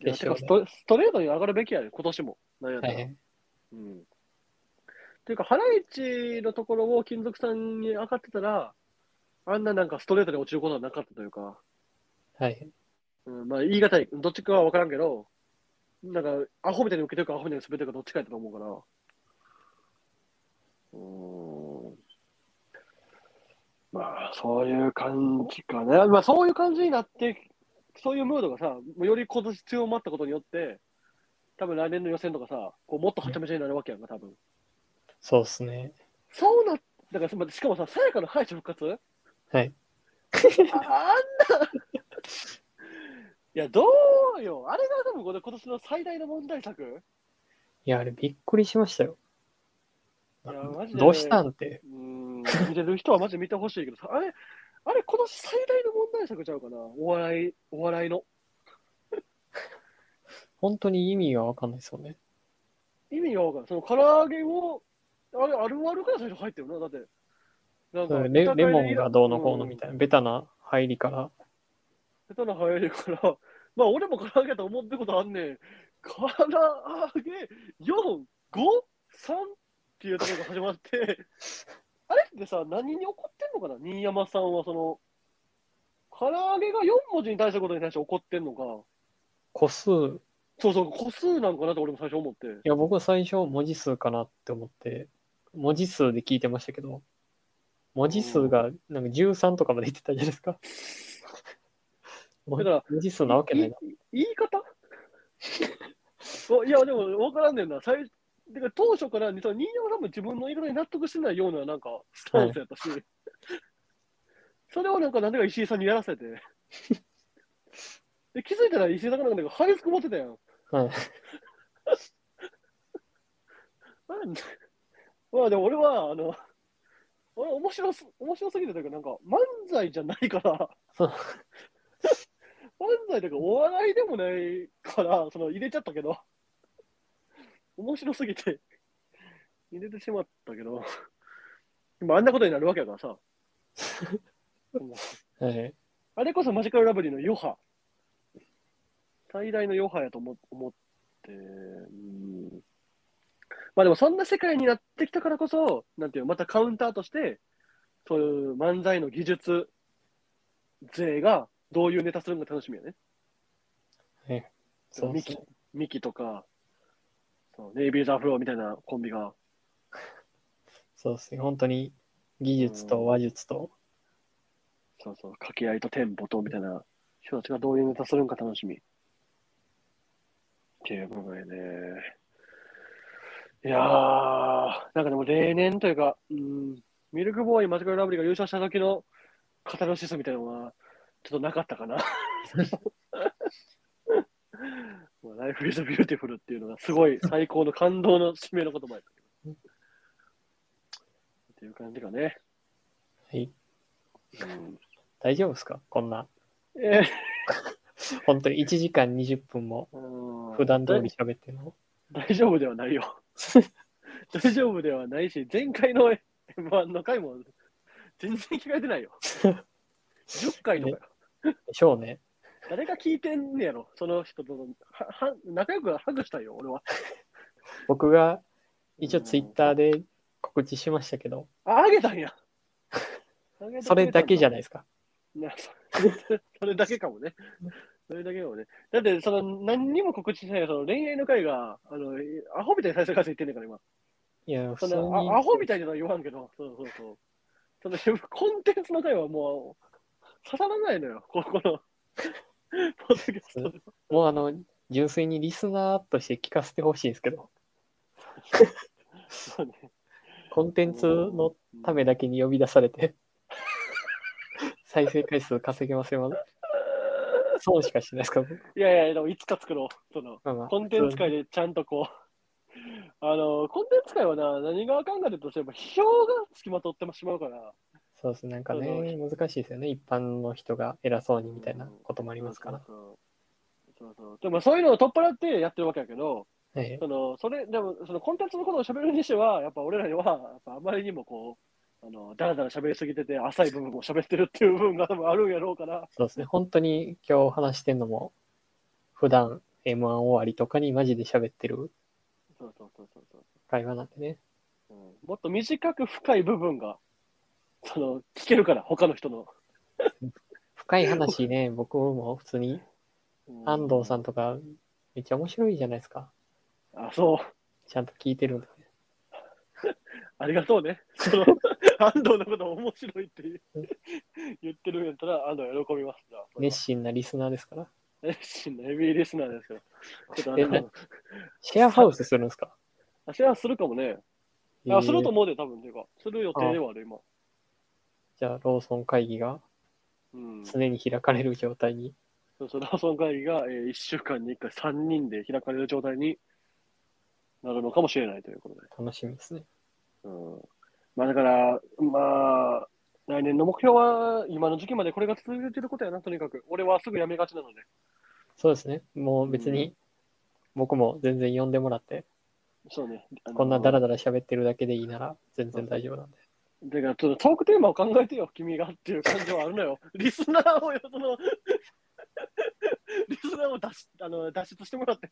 [SPEAKER 1] いやて
[SPEAKER 2] 決勝
[SPEAKER 1] かストストレートに上がるべきやで、今年も、なんやった
[SPEAKER 2] は
[SPEAKER 1] ら。
[SPEAKER 2] い。
[SPEAKER 1] うんっていうか、ハライチのところを金属さんに上がってたら、あんななんかストレートに落ちることはなかったというか、
[SPEAKER 2] はい。
[SPEAKER 1] うん、まあ言い難い、どっちかは分からんけど、なんか、アホみたいに受けてるか、アホみたいに滑ってるか、どっちかやったと思うから。うーん。まあ、そういう感じかね。まあ、そういう感じになって、そういうムードがさ、より今年強まったことによって、多分来年の予選とかさ、こうもっとはちゃめちゃになるわけやんか、多分。
[SPEAKER 2] そうですね。
[SPEAKER 1] そうな、だからましかもさ、さやかの敗者復活
[SPEAKER 2] はい。
[SPEAKER 1] ああんな。いや、どうよ。あれが多分これ今年の最大の問題作。い
[SPEAKER 2] いや、あれびっくりしましたよ。
[SPEAKER 1] や、マジで。
[SPEAKER 2] どうしたんって。
[SPEAKER 1] うーん、見れる人はマジで見てほしいけどさ、あれ、あれ、今年最大の問題作ちゃうかな。お笑い、お笑いの。
[SPEAKER 2] 本当に意味がわかんないですよね。
[SPEAKER 1] 意味がわかんない。その唐揚げを、あれ、あるあるから最初入ってるな。だって。なんか
[SPEAKER 2] レレモンがどうのこうのみたい
[SPEAKER 1] な。
[SPEAKER 2] な、ベタな入りから。
[SPEAKER 1] 下手な流行りから、 まあ俺も唐揚げやと思ってことあんねん。唐揚げ4、5、3っていうところが始まって、あれってさ、何に怒ってんのかな新山さんはその、唐揚げが4文字に対したことに対して怒ってんのか、
[SPEAKER 2] 個数、い
[SPEAKER 1] そうそう、個数なんかなって俺も最初思って。
[SPEAKER 2] や、僕は最初文字数かなって思って、文字数で聞いてましたけど、文字数がなんか13とかまで言ってたじゃないですか。
[SPEAKER 1] だから
[SPEAKER 2] 文字数なわけないな。
[SPEAKER 1] 言い方おいや、でも分からんねんな。最てか当初から、その新山さんも自分の言い方に納得してないような、なんか、スタンスやったし、それをなんか、なんでか石井さんにやらせて。で気づいたら石井さんがなんか、ハイスク持ってたやん。
[SPEAKER 2] はい。
[SPEAKER 1] なんでまあでも俺は、あの、俺面白す、面白すぎてというか、なんか漫才じゃないから、
[SPEAKER 2] そう
[SPEAKER 1] 漫才というかお笑いでもないから、その入れちゃったけど、面白すぎて、入れてしまったけど、でもあんなことになるわけやからさ。もう
[SPEAKER 2] はい、
[SPEAKER 1] あれこそマジカルラブリーの余波。最大の余波やと思思って、うん。まあでもそんな世界になってきたからこそ、なんていうのまたカウンターとして、そういう漫才の技術勢がどういうネタするのか楽しみやね。
[SPEAKER 2] そう
[SPEAKER 1] ミ
[SPEAKER 2] そ
[SPEAKER 1] キ
[SPEAKER 2] う。
[SPEAKER 1] ミキとか、そうネイビーズ・アフローみたいなコンビが、
[SPEAKER 2] そうっすね。本当に技術と話術と、
[SPEAKER 1] そうそう、掛け合いとテンポとみたいな人たちがどういうネタするのか楽しみ。っていうことでね。いやー、なんかでも例年というか、うん、ミルクボーイ、マジカルラブリーが優勝した時のカタルシスみたいなのは、ちょっとなかったか な。まあライフ・イズ・ビューティフルっていうのがすごい最高の感動の締めの言葉やったけど。っていう感じかね。
[SPEAKER 2] はい。
[SPEAKER 1] うん
[SPEAKER 2] 大丈夫ですかこんな。
[SPEAKER 1] え
[SPEAKER 2] 本当に1時間20分も
[SPEAKER 1] ー
[SPEAKER 2] 普段通り喋ってるの。
[SPEAKER 1] だ大丈夫ではない よ。大丈夫ではないし、前回の M1 の回も全然聞かれてないよ。10回とかよ。
[SPEAKER 2] でしょうね。
[SPEAKER 1] 誰が聞いてんねやろ、その人とのはは仲良くハグしたいよ、俺は。
[SPEAKER 2] 僕が一応ツイッターで告知しましたけど、
[SPEAKER 1] あ、あげたんや。
[SPEAKER 2] それだけじゃ
[SPEAKER 1] ない
[SPEAKER 2] ないですか。
[SPEAKER 1] なそ それだけかもね。それだけかもね。だって、その何にも告知しないその恋愛の会が、あのアホみたいに再生回数いってんねんから、今。
[SPEAKER 2] いや、普
[SPEAKER 1] そ
[SPEAKER 2] 通に。
[SPEAKER 1] のあアホみたいなのは言わんけど、そうそうそう。そのコンテンツの回はもう刺さらないのよ、こ この。ポッドキャストで
[SPEAKER 2] もうあの、純粋にリスナーとして聞かせてほしいんですけど、
[SPEAKER 1] そう ね
[SPEAKER 2] コンテンツのためだけに呼び出されて、 再生回数稼げますよ、まだ。損しかしないですか、僕
[SPEAKER 1] いやいや、でもいつか作ろう。その
[SPEAKER 2] まあまあ
[SPEAKER 1] コンテンツ界でちゃんとこう。あのコンテンツ界はな、何があかんかでとしても、批評がつきまとってしまうから、
[SPEAKER 2] そうですね、なんかね
[SPEAKER 1] そう、
[SPEAKER 2] 難しいですよね。一般の人が偉そうにみたいなこともあ
[SPEAKER 1] あ
[SPEAKER 2] りますから。
[SPEAKER 1] そうそうそうでもそういうのを取っ払ってやってるわけやけど、
[SPEAKER 2] ええ
[SPEAKER 1] そのそれでもそのコンテンツのことを喋るにしては、やっぱ俺らにはやっぱあまりにもこう、あのだらだら喋りすぎてて、浅い部分を喋ってるっていう部分が多分あるんやろうから、
[SPEAKER 2] そうですね、本当に今日話してんのも、普段 M1 終わりとかにマジで喋ってる
[SPEAKER 1] そうそうそうそうそう、
[SPEAKER 2] 会話なんでね。
[SPEAKER 1] うんもっと短く深い部分がその聞けるから、他の人の。
[SPEAKER 2] 深い話ね、僕も普通に
[SPEAKER 1] うん
[SPEAKER 2] 安藤さんとか、めっちゃ面白いじゃないですか。
[SPEAKER 1] あ、そう。
[SPEAKER 2] ちゃんと聞いてるんで。
[SPEAKER 1] ありがとうね。そ の安藤のこと面白いって 言う言ってるんやったら、安藤喜びます。じゃあそれは
[SPEAKER 2] 熱心なリスナーですから。
[SPEAKER 1] 熱心なヘビーリスナーですけど、ちょっ
[SPEAKER 2] え
[SPEAKER 1] とあ
[SPEAKER 2] な
[SPEAKER 1] の、
[SPEAKER 2] シェアハウスするんですか
[SPEAKER 1] 足はするかもね。
[SPEAKER 2] え
[SPEAKER 1] あ、する
[SPEAKER 2] ー
[SPEAKER 1] と思うで、多分ていうか、する予定ではある、今。
[SPEAKER 2] じゃあ、ローソン会議が
[SPEAKER 1] うん。そ
[SPEAKER 2] 常に開かれる状態に。
[SPEAKER 1] うそう、ローソン会議が、え1週間に1回3人で開かれる状態になるのかもしれないということで。
[SPEAKER 2] 楽しみですね。
[SPEAKER 1] うん。まあだから、まあ、来年の目標は、今の時期までこれが続けてることやな、とにかく。俺はすぐ辞めがちなので。
[SPEAKER 2] そうですね。もう別に、僕も全然呼んでもらって、
[SPEAKER 1] そうね。あの
[SPEAKER 2] こんなダラダラ喋ってるだけでいいなら全然大丈夫なんで。
[SPEAKER 1] だから、ちょっとトークテーマを考えてよ、君がっていう感じはあるのよ。リスナーをよ、その、リスナーを脱しあの脱出してもらって、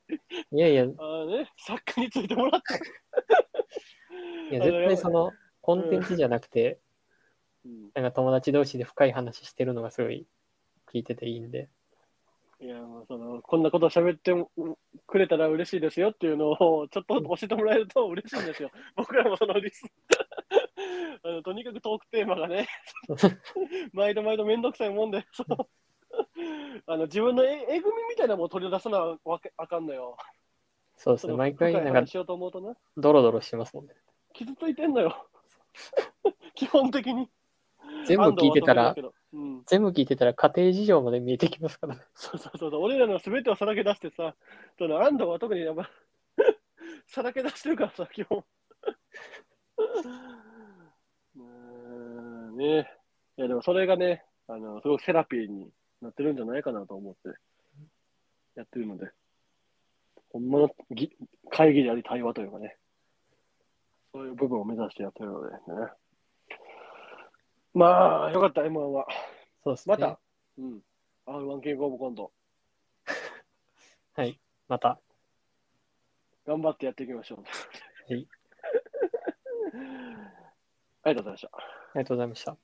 [SPEAKER 2] いやいや、い
[SPEAKER 1] あのね、作家についてもらって。
[SPEAKER 2] や
[SPEAKER 1] あの
[SPEAKER 2] 絶
[SPEAKER 1] やば
[SPEAKER 2] 対
[SPEAKER 1] い
[SPEAKER 2] その、コンテンツじゃなくて、
[SPEAKER 1] うん
[SPEAKER 2] なんか友達同士で深い話してるのがすごい聞いてていいんで、
[SPEAKER 1] いや、もうその、こんなこと喋ってもくれたら嬉しいですよっていうのを、ちょっと教えてもらえると嬉しいんですよ。 僕らもそのリス、 あのとにかくトークテーマが ね、毎度毎度めんどくさいもんで、その あの自分のええぐみみたいなのも取り出さなわけあかんのよ。
[SPEAKER 2] そうです
[SPEAKER 1] そ
[SPEAKER 2] ね。
[SPEAKER 1] の
[SPEAKER 2] 毎回、
[SPEAKER 1] 深い
[SPEAKER 2] なん
[SPEAKER 1] 話
[SPEAKER 2] か、
[SPEAKER 1] しようと思うとな、
[SPEAKER 2] ドロドロしてますもんね。
[SPEAKER 1] 傷ついてんの よ。基本的に。
[SPEAKER 2] 全部聞いてたら
[SPEAKER 1] 安藤は得意だけ、どうん、
[SPEAKER 2] 全部聞いてたら家庭事情まで見えてきますからね。
[SPEAKER 1] そうそうそうそう、俺らの全てをさらけ出してさ、その安藤は特にやっぱ さらけ出してるからさ、基本。 うーんねいやでもそれがね、あのすごくセラピーになってるんじゃないかなと思って、やってるので、ほんまのぎ会議であり対話というかね、そういう部分を目指してやってるのでね。まあ、よかった、M1 は。
[SPEAKER 2] そうですね。
[SPEAKER 1] また、うん。R1 キングオブコント。
[SPEAKER 2] はい。また。
[SPEAKER 1] 頑張ってやっていきましょう。
[SPEAKER 2] はい
[SPEAKER 1] ありがとうございました。
[SPEAKER 2] ありがとうございました。